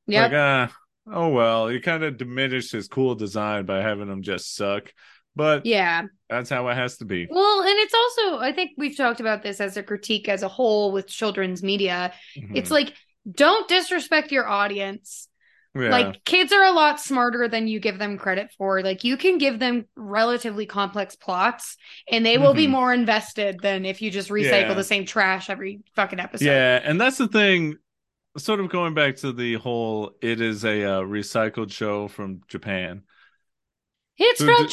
Yep. like ah oh well you kind of diminished his cool design by having him just suck but yeah. that's how it has to be Well, and it's also, I think we've talked about this as a critique as a whole with children's media. Hmm. It's like, don't disrespect your audience. Mhm. yeah. Like, kids are a lot smarter than you give them credit for. Like, you can give them relatively complex plots and they will be Mhm. more invested than if you just recycle Yeah. the same trash every fucking episode. Yeah, and that's the thing. Sort of going back to the whole, it is a uh, recycled show from Japan. It's So from do-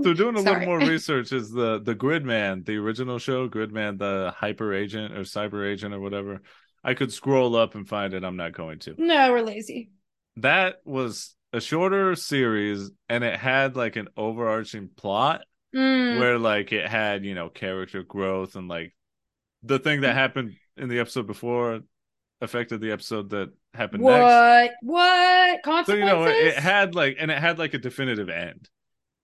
They're doing a Ah, Sorry. little more research. Is the the Gridman, the original show, Gridman, the hyper agent or cyber agent or whatever. I could scroll up and find it. I'm not going to. no, we're lazy. That was a shorter series, and it had like an overarching plot Mm. where like it had you know character growth and like the thing Mm-hmm. that happened in the episode before affected the episode that happened what next. what So you consequences? know, it, it had like and it had like a definitive end.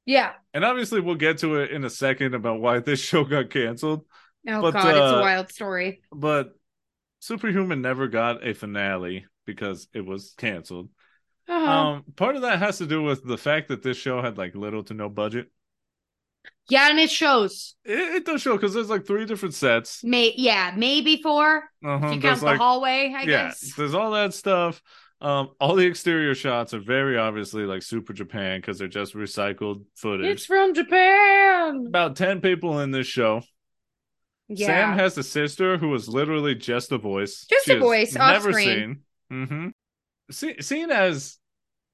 yeah. And obviously, we'll get to it in a second about why this show got canceled. Oh But, god, it's a uh, wild story. But Superhuman never got a finale because it was canceled. Uh-huh. Um, part of that has to do with the fact that this show had like little to no budget. yeah, and it shows. It, it does show because there's like three different sets. May yeah, maybe four. Uh-huh, If there's you count the like hallway, I yeah, guess. there's all that stuff. Um, all the exterior shots are very obviously like Super Japan because they're just recycled footage. It's from Japan. About ten people in this show. Yeah. Sam has a sister who is literally just a voice. Just a is voice, off never screen. seen. Mm-hmm. See, seen as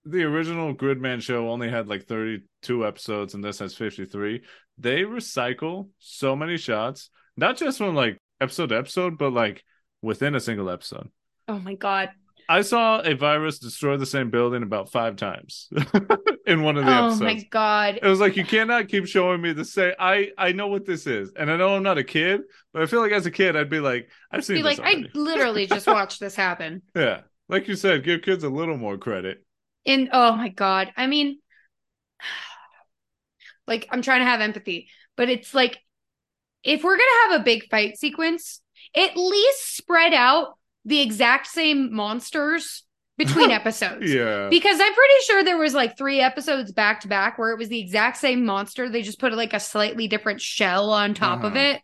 the original Gridman show only had like 32 episodes and this has 53, they recycle so many shots, not just from like episode to episode, but like within a single episode. oh my god. I saw a virus destroy the same building about five times in one of the Oh episodes. my god. It was like you cannot keep showing me the same. I I know what this is, and I know I'm not a kid, but I feel like as a kid I'd be like, I've seen Be this like, I already. literally just watched this happen. Yeah, like you said, give kids a little more credit. And oh my God. I mean, like, I'm trying to have empathy, but it's like, if we're going to have a big fight sequence, at least spread out the exact same monsters between episodes. Yeah, Because I'm pretty sure there was like three episodes back to back where it was the exact same monster. They just put like a slightly different shell on top of Mhm. it.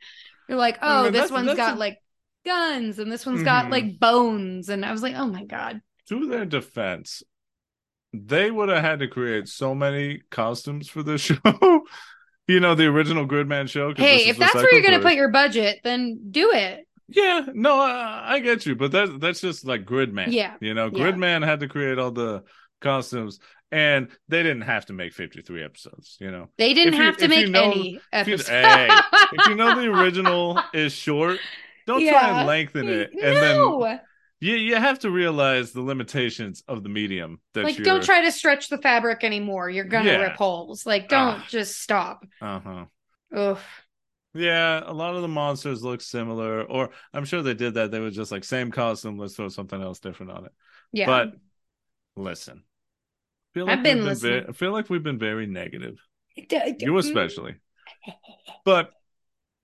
You're like, I oh, mean, this that's- one's that's got a- like guns and this one's got Mhm. like bones. And I was like, oh my God. to their defense, they would have had to create so many costumes for this show. you know, the original Gridman show. 'cause this Hey, is if the that's where you're going second to version. put your budget, then do it. Yeah, no, I, I get you, but that's that's just like Gridman. Yeah, you know, yeah. Gridman had to create all the costumes, and they didn't have to make fifty-three episodes. You know, They didn't If you- have to if you make know- any you- episodes. hey, if you know the original is short, don't try Yeah. and lengthen it, and no, then you you have to realize the limitations of the medium that like you're. don't try to stretch the fabric anymore. You're gonna Yeah. rip holes. Like don't Ah. just stop. Uh huh. Ugh. Yeah, a lot of the monsters look similar, or I'm sure they did that. They were just like same costume. Let's throw something else different on it. Yeah. But listen, I feel I've been we've ve- listening. I feel like we've been very negative, D- d- you especially. But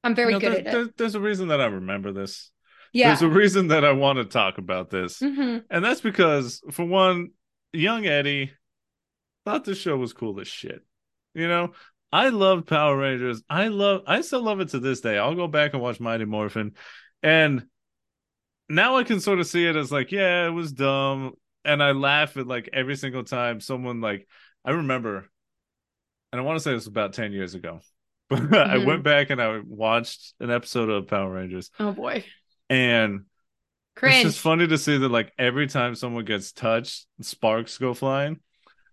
I'm you very know, good there- at it. there- there's a reason that I remember this. yeah. There's a reason that I want to talk about this, hmm and that's because for one, young Eddie thought this show was cool as shit. You know, I loved Power Rangers. I love. I still love it to this day. I'll go back and watch Mighty Morphin, and now I can sort of see it as like, yeah, it was dumb, and I laugh at like every single time someone like I remember, and I want to say this was about ten years ago, but I Mhm. went back and I watched an episode of Power Rangers, Oh boy. and Cringe. it's just funny to see that like every time someone gets touched, sparks go flying.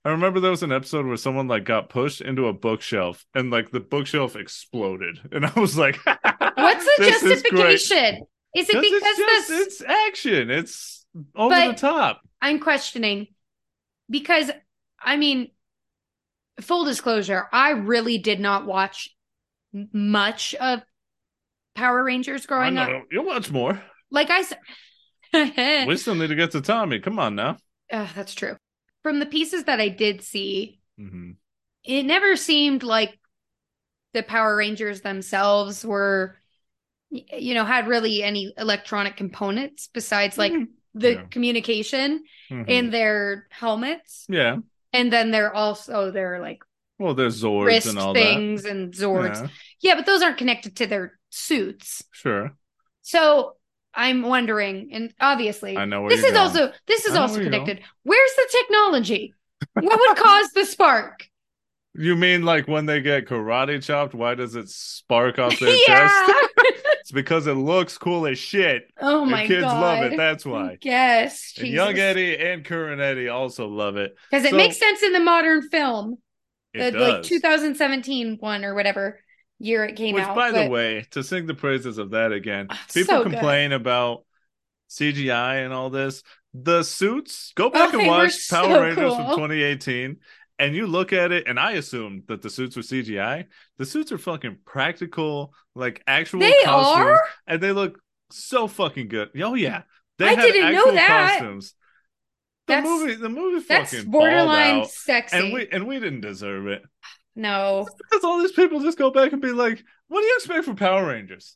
I remember there was an episode where someone like got pushed into a bookshelf and like the bookshelf exploded, and I was like, What's the this is great. justification? Is, it 'Cause because it's just- this it's action? It's over But- the top. I'm questioning because I mean, full disclosure, I really did not watch m- much of Power I Rangers growing up. know you watch more. Like I said, We still need to get to Tommy. Come on now. that's true. From the pieces that I did see, Mhm. it never seemed like the Power Rangers themselves were, y- you know, had really any electronic components besides like the Yeah. communication Mhm. in their helmets. Mm-hmm. yeah. And then they're also their like Well, there's Zords wrist and all things and that. Zords. Yeah, Yeah, but those aren't connected to their suits. sure. So I'm wondering, and obviously, I know where this you're is going. also this I is know also where you're connected. Where's the technology? What would cause the spark? You mean like when they get karate chopped? Why does it spark off their yeah. chest? It's because it looks cool as shit. Oh and my kids god. love it. That's why. Yes, And young Eddie and current Eddie also love it. because it so- makes sense in the modern film, It the like does. 2017 one or whatever year it came Which, out. by the but- way, to sing the praises of that again, Oh, people so good. complain about CGI and all this. The suits, go back and Oh, they were watch so Power Rangers from cool. 2018, and you look at it, and I assumed that the suits were CGI. The suits are fucking practical, like actual they costumes, are. and they look so fucking good. Oh yeah, they I had didn't know actual that. Costumes. The That's- movie, the movie, That's fucking borderline borderline, sexy. and we and we didn't deserve it no, because all these people just go back and be like, "What do you expect from Power Rangers?"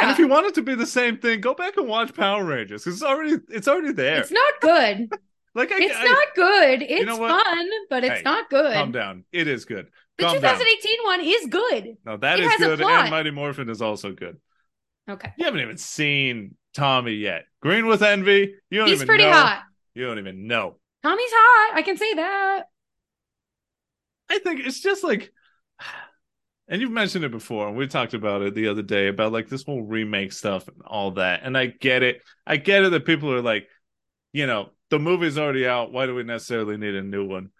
And yeah, if you want it to be the same thing, go back and watch Power Rangers. 'cause It's already it's already there. it's not good. like I, It's I- not good. It's know what? fun, but it's Hey, not good. calm down. It is good. the calm down. 2018 one is good. No, that it is has a good, plot. and Mighty Morphin is also good. Okay, You haven't even seen Tommy yet. Green with Envy. You don't he's even pretty know. hot. You don't even know. Tommy's hot. I can say that. I think it's just like, and you've mentioned it before, and we talked about it the other day about like this whole remake stuff and all that. And I get it. I get it that people are like, you know, the movie's already out. Why do we necessarily need a new one?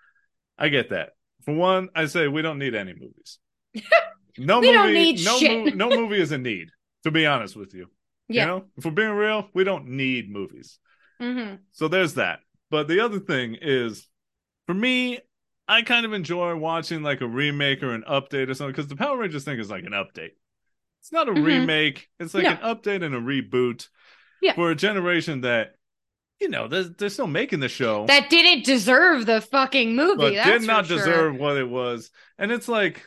I get that. For one, I say we don't need any movies. No We movie, don't need no, shit. mo- no movie is a need. To be honest with you, you Yeah. know, if we're being real, we don't need movies. Mm-hmm. So there's that. But the other thing is, for me, I kind of enjoy watching like a remake or an update or something because the Power Rangers thing is like an update. It's not a Mhm. remake. It's like No. an update and a reboot Yeah. for a generation that, you know, they're, they're still making the show, That didn't deserve the fucking movie. but that's did not for sure. deserve what it was. And it's like,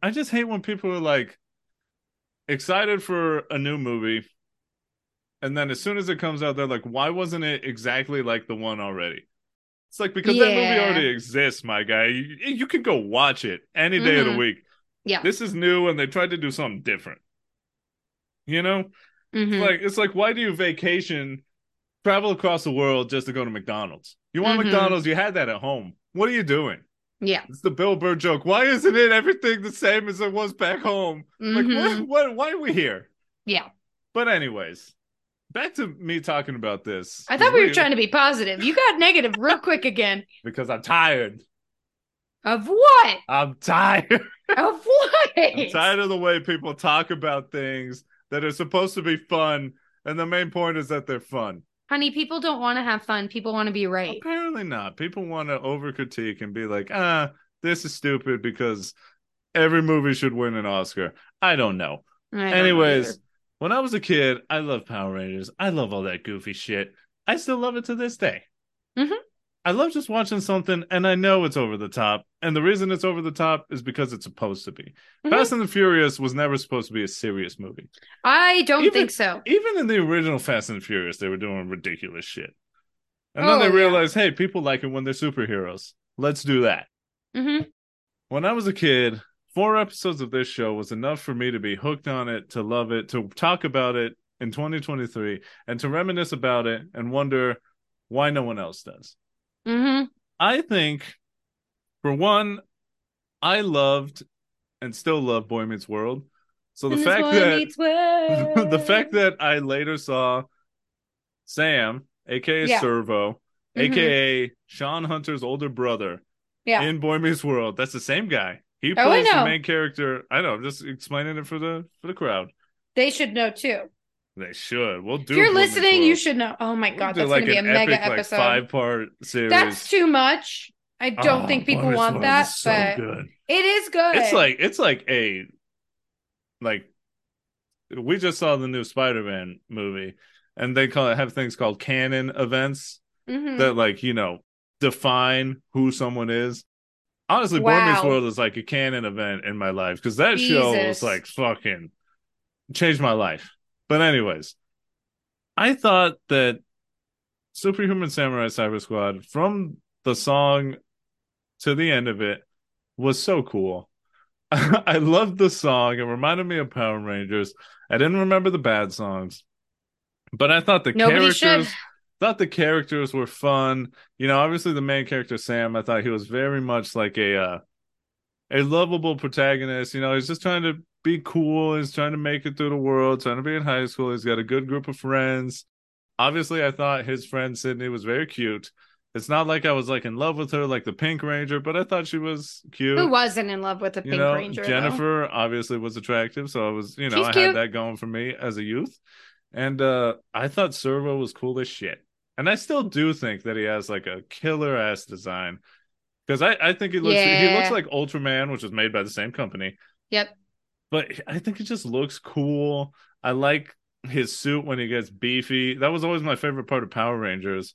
I just hate when people are like excited for a new movie. And then as soon as it comes out, they're like, why wasn't it exactly like the one already? It's like, because that movie Yeah. already exists, my guy. You, you can go watch it any day of the Mhm. week. Yeah. This is new and they tried to do something different. You know? Mhm. Like, it's like, why do you vacation travel across the world just to go to McDonald's. You want Mhm. McDonald's? You had that at home. What are you doing? Yeah. It's the Bill Burr joke. Why isn't it everything the same as it was back home? Like, Mhm. what, what, why are we here? Yeah. But, anyways, back to me talking about this. I thought we were trying to be positive. You got negative real quick again. Because I'm tired. Of what? I'm tired. Of what? I'm tired of the way people talk about things that are supposed to be fun. And the main point is that they're fun. Honey, people don't want to have fun. People want to be right. Apparently not. People want to over critique and be like, ah, this is stupid because every movie should win an Oscar. I don't know. I don't know Anyways, either. when I was a kid, I loved Power Rangers. I love all that goofy shit. I still love it to this day. Mhm. I love just watching something and I know it's over the top. And the reason it's over the top is because it's supposed to be. Mhm. Fast and the Furious was never supposed to be a serious movie. I don't even- think so. Even in the original Fast and Furious, they were doing ridiculous shit. And Oh, then they yeah. realized, hey, people like it when they're superheroes. Let's do that. hmm When I was a kid, four episodes of this show was enough for me to be hooked on it, to love it, to talk about it in 2023, and to reminisce about it and wonder why no one else does. hmm I think, for one, I loved and still love Boy Meets World. So the fact that the fact that I later saw Sam, aka Yeah. Servo, Mhm. aka Sean Hunter's older brother, Yeah. Oh, in Boy Meets World. That's the same guy. He I plays the know. main character. I know. I'm just explaining it for the for the crowd. they should know too. They should. We'll do. if you're Boy Meets listening, you World. should know. Oh my We'll god, do that's like gonna be a an mega epic, episode. Like five part series. that's too much. I don't Oh, think Boy people Meets want World that, is so but good. it is good. It's like it's like a like we just saw the new Spider-Man movie, and they call it have things called canon events Mhm. that like you know define who someone is. Honestly, Boy Meets Wow. World is like a canon event in my life because that show was Jesus. like fucking changed my life. But anyways, I thought that Superhuman Samurai Cyber Squad from the song to the end of it was so cool. I loved the song. It reminded me of Power Rangers. I didn't remember the bad songs, but I thought the Nobody should. characters thought the characters were fun. You know, obviously the main character Sam, I thought he was very much like a uh, a lovable protagonist. You know, he's just trying to be cool. He's trying to make it through the world. Trying to be in high school. He's got a good group of friends. Obviously, I thought his friend Sydney was very cute. It's not like I was like in love with her like the Pink Ranger, but I thought she was cute Who wasn't in love with a you Pink know, Ranger? though? Jennifer obviously was attractive, so I was, you know, She's I cute. had that going for me as a youth. And uh I thought Servo was cool as shit. And I still do think that he has like a killer ass design. Because I, I think he looks he looks Yeah. like Ultraman, which was made by the same company. Yep. But I think it just looks cool. I like his suit when he gets beefy. That was always my favorite part of Power Rangers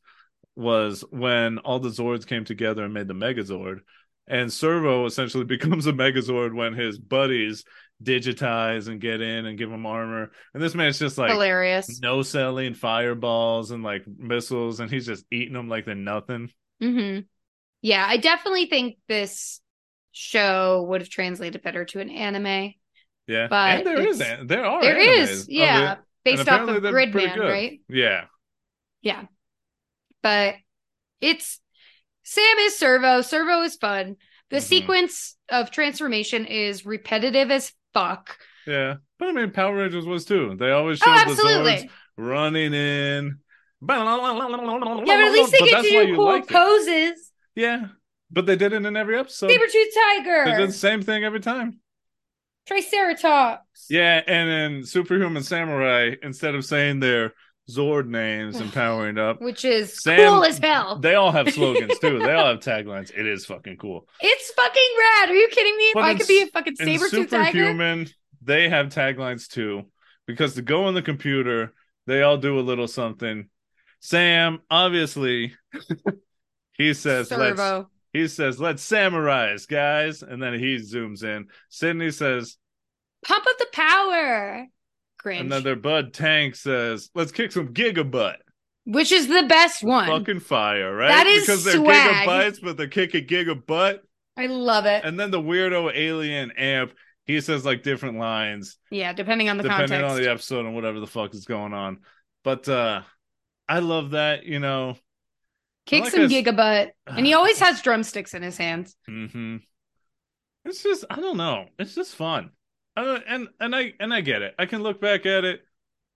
was when all the Zords came together and made the Megazord. And Servo essentially becomes a Megazord when his buddies digitize and get in and give him armor. And this man's just like Hilarious. no selling fireballs and like missiles, and he's just eating them like they're nothing. hmm Yeah, I definitely think this show would have translated better to an anime. Yeah, But and there is it's- an- there are There is, animes of yeah, it. based off apparently of they're pretty Gridman, good. right? yeah, But it's Sam is Servo. Servo is fun. The Mhm. sequence of transformation is repetitive as fuck. yeah. But I mean, Power Rangers was too. They always showed Oh, the Zords absolutely. running in. Yeah, but at least they get that's to why do you cool liked it. poses. Yeah, but they did it in every episode. Sabertooth They tiger, did the same thing every time. Triceratops. Yeah, and then Superhuman Samurai, instead of saying their Zord names and powering up, which is Sam- cool as hell. they all have slogans too. They all have taglines. It is fucking cool. It's fucking rad. Are you kidding me? If I Fucking could be a s- fucking In saber tooth tiger. Superhuman, they have taglines too because to go on the computer, they all do a little something. Sam, obviously, he says, "Let's Servo. He says, let's samurai's, guys. And then he zooms in. Sydney says, Pump up the power. Cringe. and then their bud Tank says, let's kick some gigabutt. Which is the best one. Fucking fire, right? That is because they're swag. gigabytes, but they're kicking gigabutt. I love it. And then the weirdo alien amp, he says like different lines yeah, depending on the depending context. on the episode and whatever the fuck is going on. But uh I love that. You know, Kick like some us- gigabutt. And he always has drumsticks in his hands. hmm It's just I don't know. It's just fun. I don't, and and I and I get it. I can look back at it.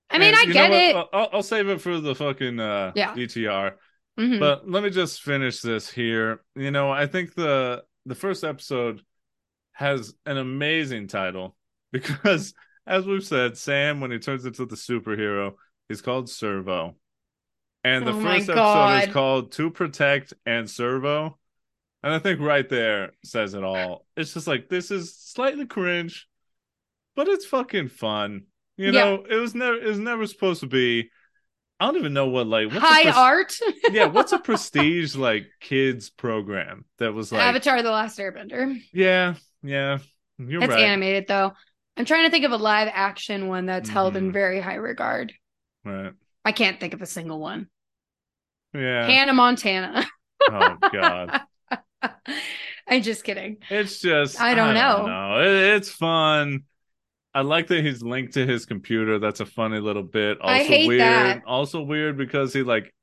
I mean, and I you know get what? it. I'll- I'll, I'll save it for the fucking uh, Yeah. DTR. Mhm. But let me just finish this here. You know, I think the the first episode has an amazing title because, as we've said, Sam when he turns into the superhero, he's called Servo, and the Oh my first episode God. is called "To Protect and Servo," and I think right there says it all. It's just like this is slightly cringe, but it's fucking fun. You Yeah. know, it was never it was never supposed to be. I don't even know what like what's the High pres- art. yeah, what's a prestige like kids program that was like Avatar The Last Airbender. Yeah, yeah. You're It's right. animated though. I'm trying to think of a live action one that's held in Mhm. very high regard. Right. I can't think of a single one. Yeah. Hannah Montana. oh god. I'm just kidding. It's just I don't know. It- it's fun. I like that he's linked to his computer. That's a funny little bit. Also I hate weird. that. Also weird because he like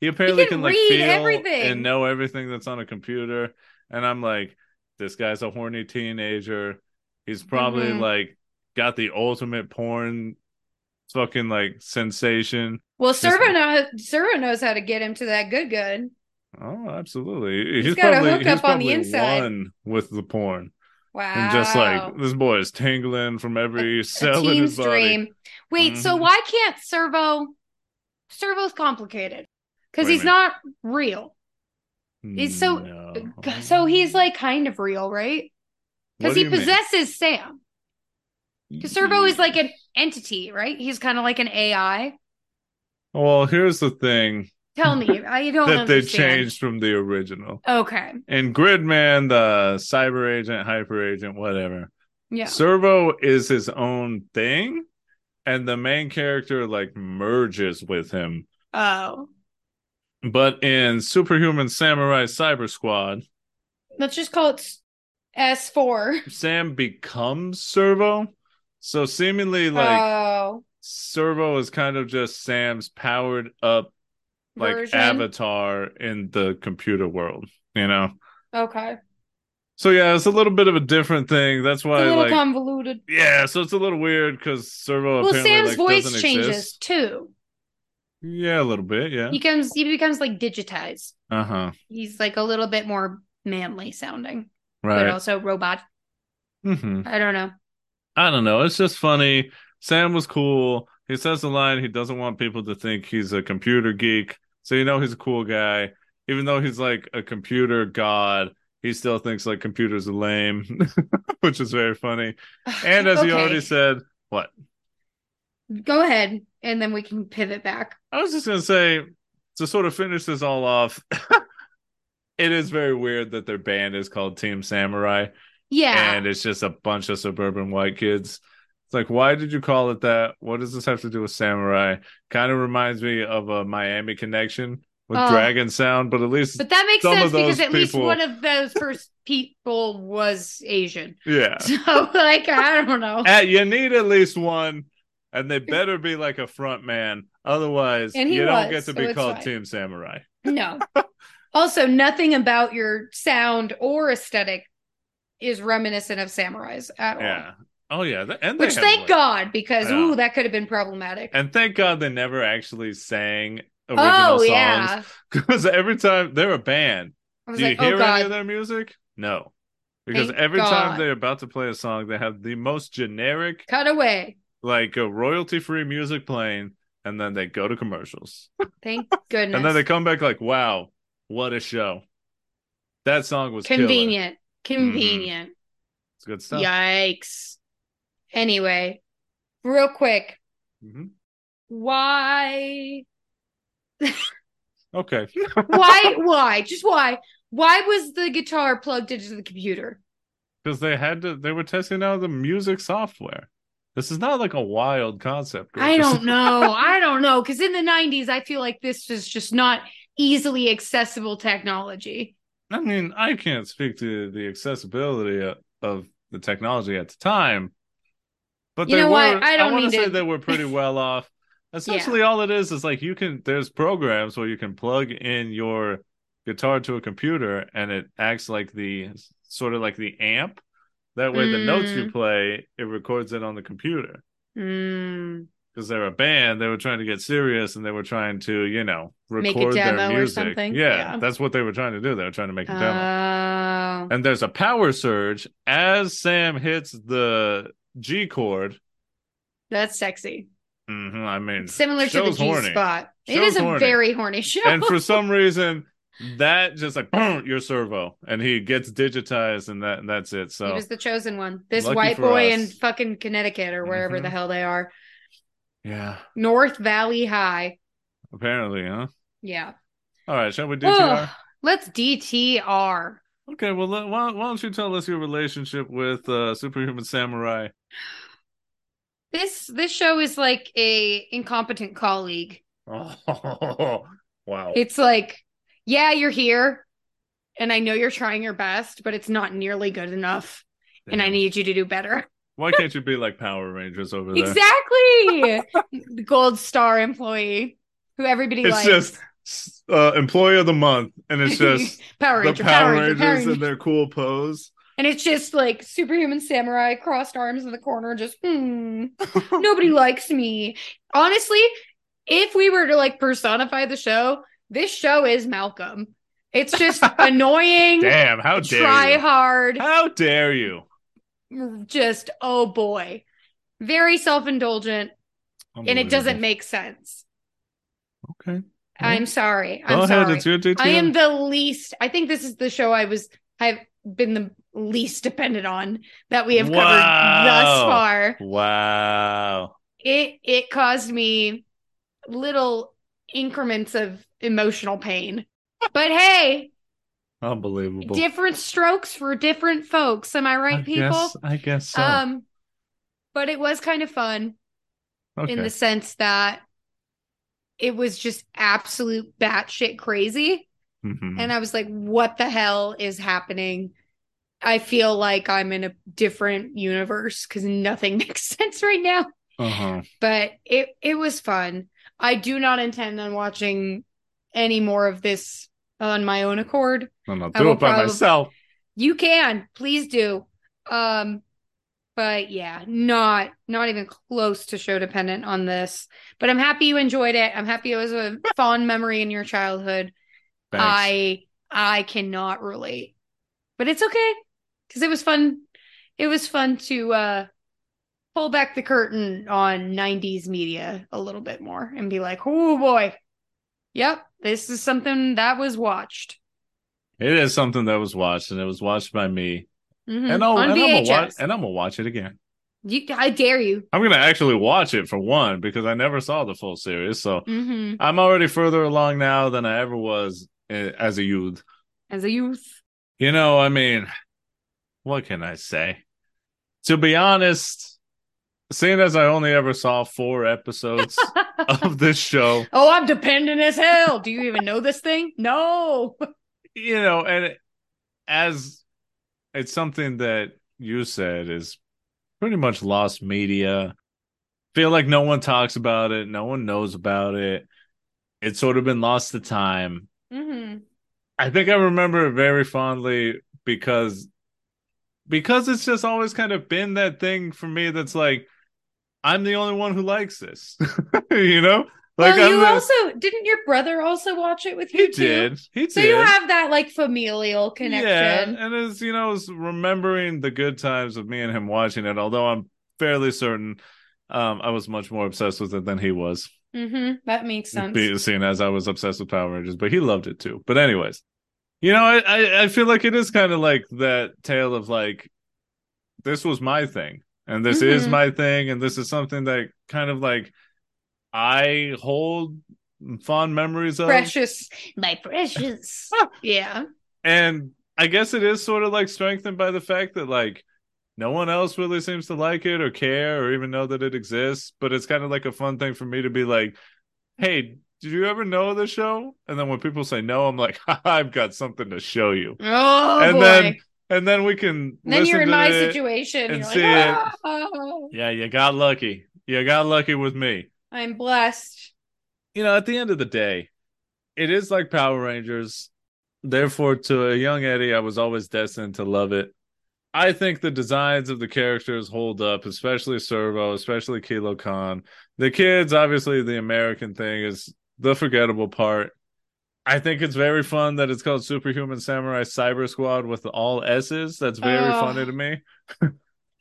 he apparently can like read feel everything. and know everything that's on a computer. And I'm like, this guy's a horny teenager. He's probably Mhm. like got the ultimate porn fucking like sensation. Well, Just- Servo knows Servo knows how to get him to that good good. Oh, absolutely. He's, got a probably, hookup he's on the probably inside. one with the porn. Wow. And just like this boy is tingling from every Oh. a cell in teen's his body. dream. Wait, so Mhm. why can't Servo Servo's complicated? What Because do you he's mean? not real. He's so- No. So he's like kind of real, right? Oh. What Because do he you mean? Mm-hmm. possesses Sam. 'Cause Servo is like an entity, right? He's kind of like an AI. Well, here's the thing Tell me, I don't that they understand. changed from the original. Okay, In Gridman, the cyber agent, hyper agent, whatever. yeah, Servo is his own thing, and the main character like merges with him. oh, But in Superhuman Samurai Cyber Squad, let's just call it S four. Sam becomes Servo. So seemingly like oh, Servo is kind of just Sam's powered up like version. avatar in the computer world, you know. Okay, So yeah, it's a little bit of a different thing. That's it's a why little like convoluted. yeah, so it's a little weird cuz Servo Well, apparently Sam's like, voice doesn't changes exist. too. Yeah, a little bit, yeah. He comes, he becomes like digitized. Uh-huh. He's like a little bit more manly sounding, but Right. also robot. Mhm. I don't know. I don't know. It's just funny. Sam was cool. He says the line he doesn't want people to think he's a computer geek. So you know he's a cool guy. Even though he's like a computer god, he still thinks like computers are lame, which is very funny. And as you already Okay. said, go ahead, and then we can pivot back. I was just gonna say to sort of finish this all off. it is very weird that their band is called Team Samurai. Yeah, and it's just a bunch of suburban white kids. It's like, why did you call it that? What does this have to do with samurai? Kind of reminds me of a Miami connection with Oh. Dragon Sound, but at least, But that makes some of sense because those at least people- one of those first people was Asian. yeah, So like I don't know. Eh, you need at least one, and they better be like a front man, otherwise, And he you don't was, get to so be it's called fine. Team Samurai. No. Also, nothing about your sound or aesthetic is reminiscent of samurais at all. Yeah, oh, yeah, th- and they Which have, thank like- God because Yeah. ooh, that could have been problematic. and thank God they never actually sang original Oh songs yeah. because every time they're a band. I was Do you like, hear oh any of god. their music? No. Because Thank every time God. they're about to play a song, they have the most generic, Cut away. like a royalty free music playing, and then they go to commercials. Thank goodness. And then they come back like, wow, what a show. That song was killer. Convenient. Mm-hmm. Convenient. It's good stuff. Yikes. Anyway, real quick, Mhm. why Okay. why why just why why was the guitar plugged into the computer Because they had to, they were testing out the music software. This is not like a wild concept. i Griffin. don't know i don't know because in the 90s i feel like this was just not easily accessible technology I mean, I can't speak to the accessibility o- of the technology at the time, but You they know were. what? I I don't want mean to say to- they were pretty well off. Essentially, all it is is like you can. There's programs where you can plug in your guitar to a computer, and it acts like the sort of like the amp. That way, the notes you play, it records it on the computer. Mm, Because they're a band, they were trying to get serious, and they were trying to, you know, Make a record demo their or music. something? Yeah, Yeah. that's what they were trying to do. They were trying to make a demo. oh. and there's a power surge as Sam hits the G chord. That's sexy. hmm I mean, Similar to the show's G horny. spot. it Show's is a horny. very horny show. and for some reason, that just like boom, your servo, and he gets digitized, and that and that's it. he So was the chosen one. This Lucky white for boy us. in fucking Connecticut or wherever the Mhm. hell they are. yeah, North Valley High. apparently, huh? Yeah. All right, shall we do Oh, TR? let's DTR. Okay, well, let- why, why don't you tell us your relationship with uh, Superhuman Samurai? This this show is like a incompetent colleague. Oh, wow. It's like, yeah, you're here and I know you're trying your best, but it's not nearly good enough and I Damn. need you to do better. Why can't you be like Power Rangers over there? Exactly. the gold star employee who everybody It's likes. just s- uh, employee of the month, and it's just Power the Ranger, Power Ranger, Power Rangers Ranger. and their cool pose. And it's just like superhuman samurai crossed arms in the corner, just hmm, nobody likes me. Honestly, if we were to like personify the show, this show is Malcolm. It's just annoying, Damn, how dare try you? hard, How dare you? just oh boy, very self indulgent, and it doesn't make sense. Okay. I'm sorry. I'm Go ahead. sorry. It's your duty. I am the least. I think this is the show I was. I've been the least dependent on that we have covered thus Wow. far. Wow. It it caused me little increments of emotional pain. But hey, Unbelievable. different strokes for different folks. Am I right, I people? Guess, I guess so. Um, but it was kind of fun okay. in the sense that it was just absolute batshit crazy. Mhm. And I was like, what the hell is happening? I feel like I'm in a different universe because nothing makes sense right now. Uh-huh. But it it was fun. I do not intend on watching any more of this on my own accord. And I'll I do will it by probab- myself. You can, please do. Um but yeah, not not even close to show dependent on this. But I'm happy you enjoyed it. I'm happy it was a fond memory in your childhood. Thanks. I I cannot relate. But it's okay cuz it was fun it was fun to uh pull back the curtain on 90s media a little bit more and be like, "Oh boy. Yep, this is something that was watched." It is something that was watched, and it was watched by me. Mhm. And I'll on and I'm, VHS. gonna watch, and I'm gonna watch it again. you, I dare you. I'm gonna actually watch it for one because I never saw the full series, so Mhm. I'm already further along now than I ever was eh, as a youth. As a youth. You know, I mean, what can I say? To be honest, seeing as I only ever saw four episodes of this show, Oh, I'm dependent as hell. Do you even know this thing? No. you know, and it- as it's something that you said is pretty much lost media. Feel like no one talks about it, no one knows about it. It's sort of been lost to time. Mhm. I think I remember it very fondly because because it's just always kind of been that thing for me that's like I'm the only one who likes this. you know? Like well, I'm you the- also didn't your brother also watch it with he you too? did. He did. So you have that like familial connection. Yeah, and it's you know, it's remembering the good times of me and him watching it, although I'm fairly certain um I was much more obsessed with it than he was. hmm That makes sense. be- Seeing as I was obsessed with Power Rangers, but he loved it too. But anyways, you know, I I, I feel like it is kind of like that tale of like, this was my thing, and this is Mhm. my thing, and this is something that kind of like I hold fond memories of, precious, my precious. Ah. yeah. and I guess it is sort of like strengthened by the fact that like. No one else really seems to like it or care or even know that it exists, but it's kind of like a fun thing for me to be like, hey, did you ever know the show? And then when people say no, I'm like, I've got something to show you. Oh and boy. then and then we can Then listen you're in to my it. situation. and You're like, see it. "Ah." Yeah, you got lucky. You got lucky with me. I'm blessed. you know, at the end of the day, it is like Power Rangers. Therefore, to a young Eddie, I was always destined to love it. I think the designs of the characters hold up, especially Servo, especially Kilo Khan. The kids, obviously, the American thing is the forgettable part. I think it's very fun that it's called Superhuman Samurai Cyber Squad with all S's. That's very Oh. funny to me.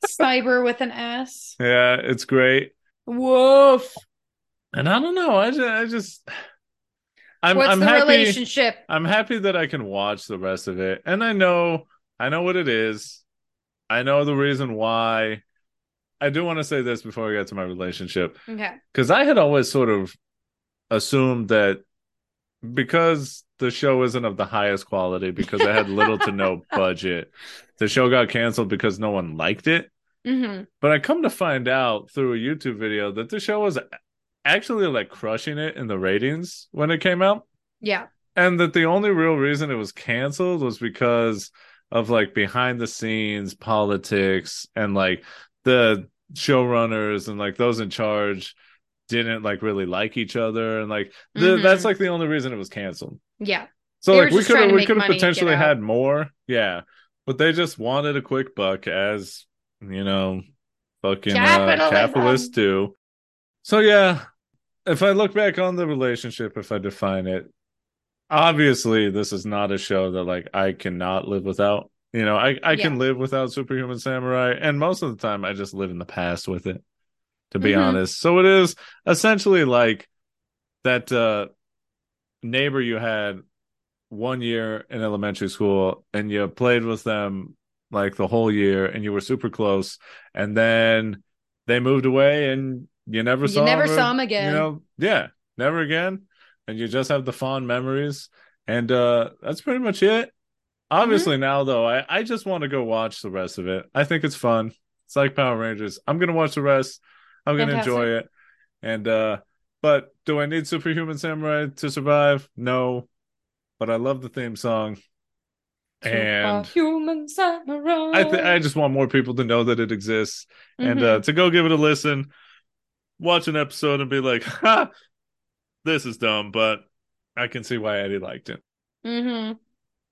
Cyber with an S. Yeah, it's great. Woof. And I don't know. I just, I just I'm, What's I'm the happy. relationship? I'm happy that I can watch the rest of it. And I know I know what it is. I know the reason why. I do want to say this before I get to my relationship Okay. cuz I had always sort of assumed that because the show isn't of the highest quality because it had little to no budget. The show got canceled because no one liked it. hmm But I come to find out through a YouTube video that the show was actually like crushing it in the ratings when it came out Yeah. and that the only real reason it was canceled was because of like behind the scenes politics and like the showrunners and like those in charge didn't like really like each other and like the, Mhm. that's like the only reason it was canceled Yeah. so They were like we just trying could to we make could have money and get potentially out. had more yeah but they just wanted a quick buck as you know fucking uh, Capitalism. capitalists do so yeah if i look back on the relationship if i define it obviously this is not a show that like i cannot live without you know i i can live without superhuman samurai and most of the time i just live in the past with it to be Mhm. honest so it is essentially like that uh neighbor you had one year in elementary school and you played with them like the whole year and you were super close and then they moved away and you never You saw never them, or- saw him again. you know yeah never again and you just have the fond memories and uh that's pretty much it obviously now though I, I just want to go watch the rest of it i think it's fun it's like power rangers i'm gonna watch the rest i'm gonna Fantastic. enjoy it and uh but do i need superhuman samurai to survive no but i love the theme song and human samurai. I th- I just want more people to know that it exists and Mhm. uh, to go give it a listen, watch an episode and be like, ha, this is dumb, but I can see why Eddie liked it. uh, Mhm.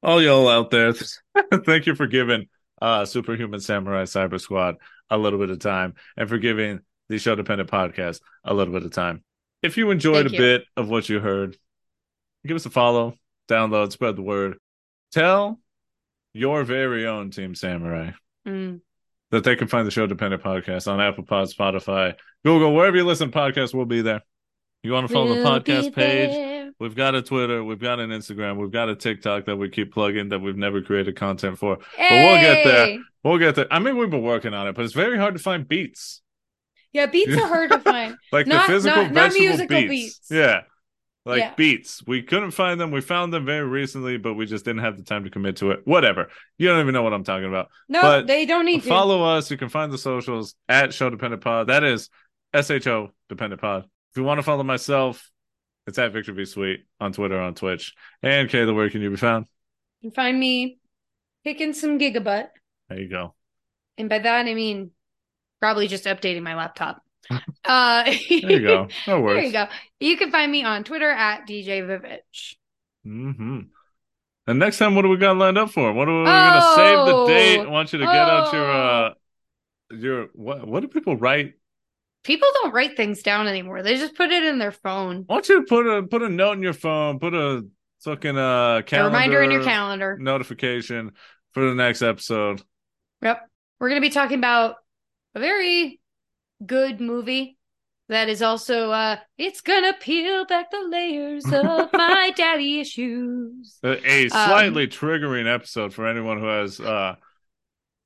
All y'all out there, thank you for giving uh, Superhuman Samurai Cyber Squad a little bit of time and for giving the Show Dependent Podcast a little bit of time. If you enjoyed a Thank you. bit of what you heard, give us a follow, download, spread the word. Tell your very own Team Samurai Mm. that they can find the show dependent podcast on Apple Pod, Spotify, Google, wherever you listen to podcasts, we'll be there. You want to follow the We'll be podcast page? there. We've got a Twitter, we've got an Instagram, we've got a TikTok that we keep plugging that we've never created content for. we'll get there. Hey! We'll get there. I mean, we've been working on it, but it's very hard to find beats. Yeah, beats are hard to find. Like Not- the physical not- not vegetable musical beats. beats. Yeah. Like Yeah. beats. We couldn't find them. We found them very recently, but we just didn't have the time to commit to it. Whatever. You don't even know what I'm talking about. No, But they don't need to. follow us. You can find the socials at Show Dependent Pod. That is S H O Dependent Pod. If you want to follow myself, it's at Victor V Sweet on Twitter, on Twitch. And Kayla, where can you be found? You can find me kicking some gigabutt. There you go. And by that, I mean probably just updating my laptop. Uh, there There you go. No worries. there you go. You can find me on Twitter at DJ Vivitch. Mm-hmm. And next time, what do we got lined up for? What are we going to save the Oh. date? I want you to get out your, Oh. uh, your, what, what do people write? People don't write things down anymore. They just put it in their phone. I want you to put a, put a note in your phone, put a fucking, uh, A calendar, reminder in your calendar. notification for the next episode. Yep. We're going to be talking about a very good movie that is also uh it's going to peel back the layers of my daddy issues. A- a slightly triggering episode for anyone who has uh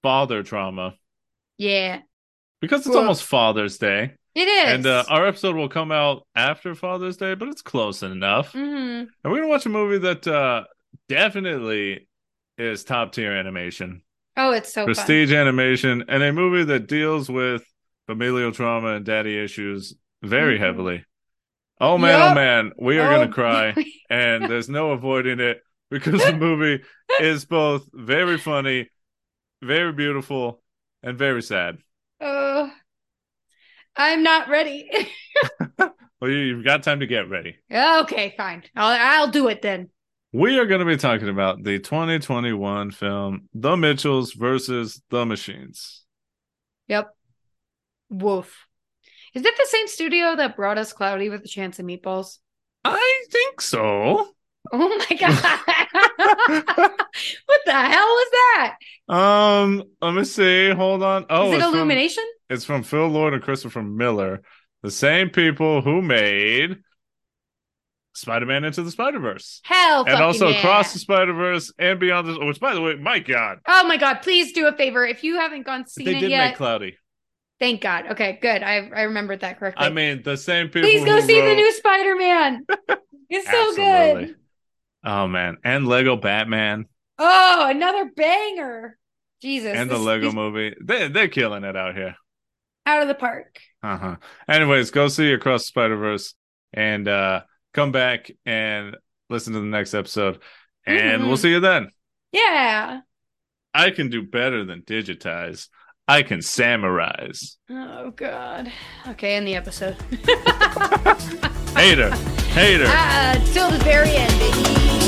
father trauma Yeah. because it's Well- almost Father's Day, It is. and uh, our episode will come out after Father's Day, but it's close enough. Mhm. And we're gonna watch a movie that uh definitely is top tier animation, Oh, it's so fun. prestige animation, and a movie that deals with familial trauma and daddy issues very Mhm. heavily. Oh man, oh Yup. man, we are Oh, gonna cry. and there's no avoiding it because the movie is both very funny, very beautiful, and very sad. Oh, I'm not ready. Well, you- you've got time to get ready. Okay, fine. I'll I'll do it then. We are going to be talking about the 2021 film The Mitchells versus The Machines. Yep. Woof. Is it the same studio that brought us Cloudy with a Chance of Meatballs? I think so. Oh my god! what the hell was that? Um, let me see. Hold on. Is Oh, it it's from- Illumination? It's from Phil Lord and Christopher Miller, the same people who made Spider-Man Into the Spider-Verse. Hell, and fucking also yeah. Across the Spider-Verse and Beyond the which by the way, my God, Oh my god! Please do a favor if you haven't gone seen they it did yet. make Cloudy. thank God. Okay, good. I I remembered that correctly. I mean the same people. please go who see the wrote- new Spider Man. It's so Absolutely. good. Oh man. And Lego Batman Oh, another banger! Jesus, and the this- Lego this- movie. They they're killing it out here. out of the park. Uh-huh. Anyways, go see Across the Spider-Verse and uh come back and listen to the next episode. And we'll Mhm. see you then. Yeah. I can do better than digitize. I can samurize. Oh God. Okay, end the episode. Hater, hater. Ah, till the very end, baby.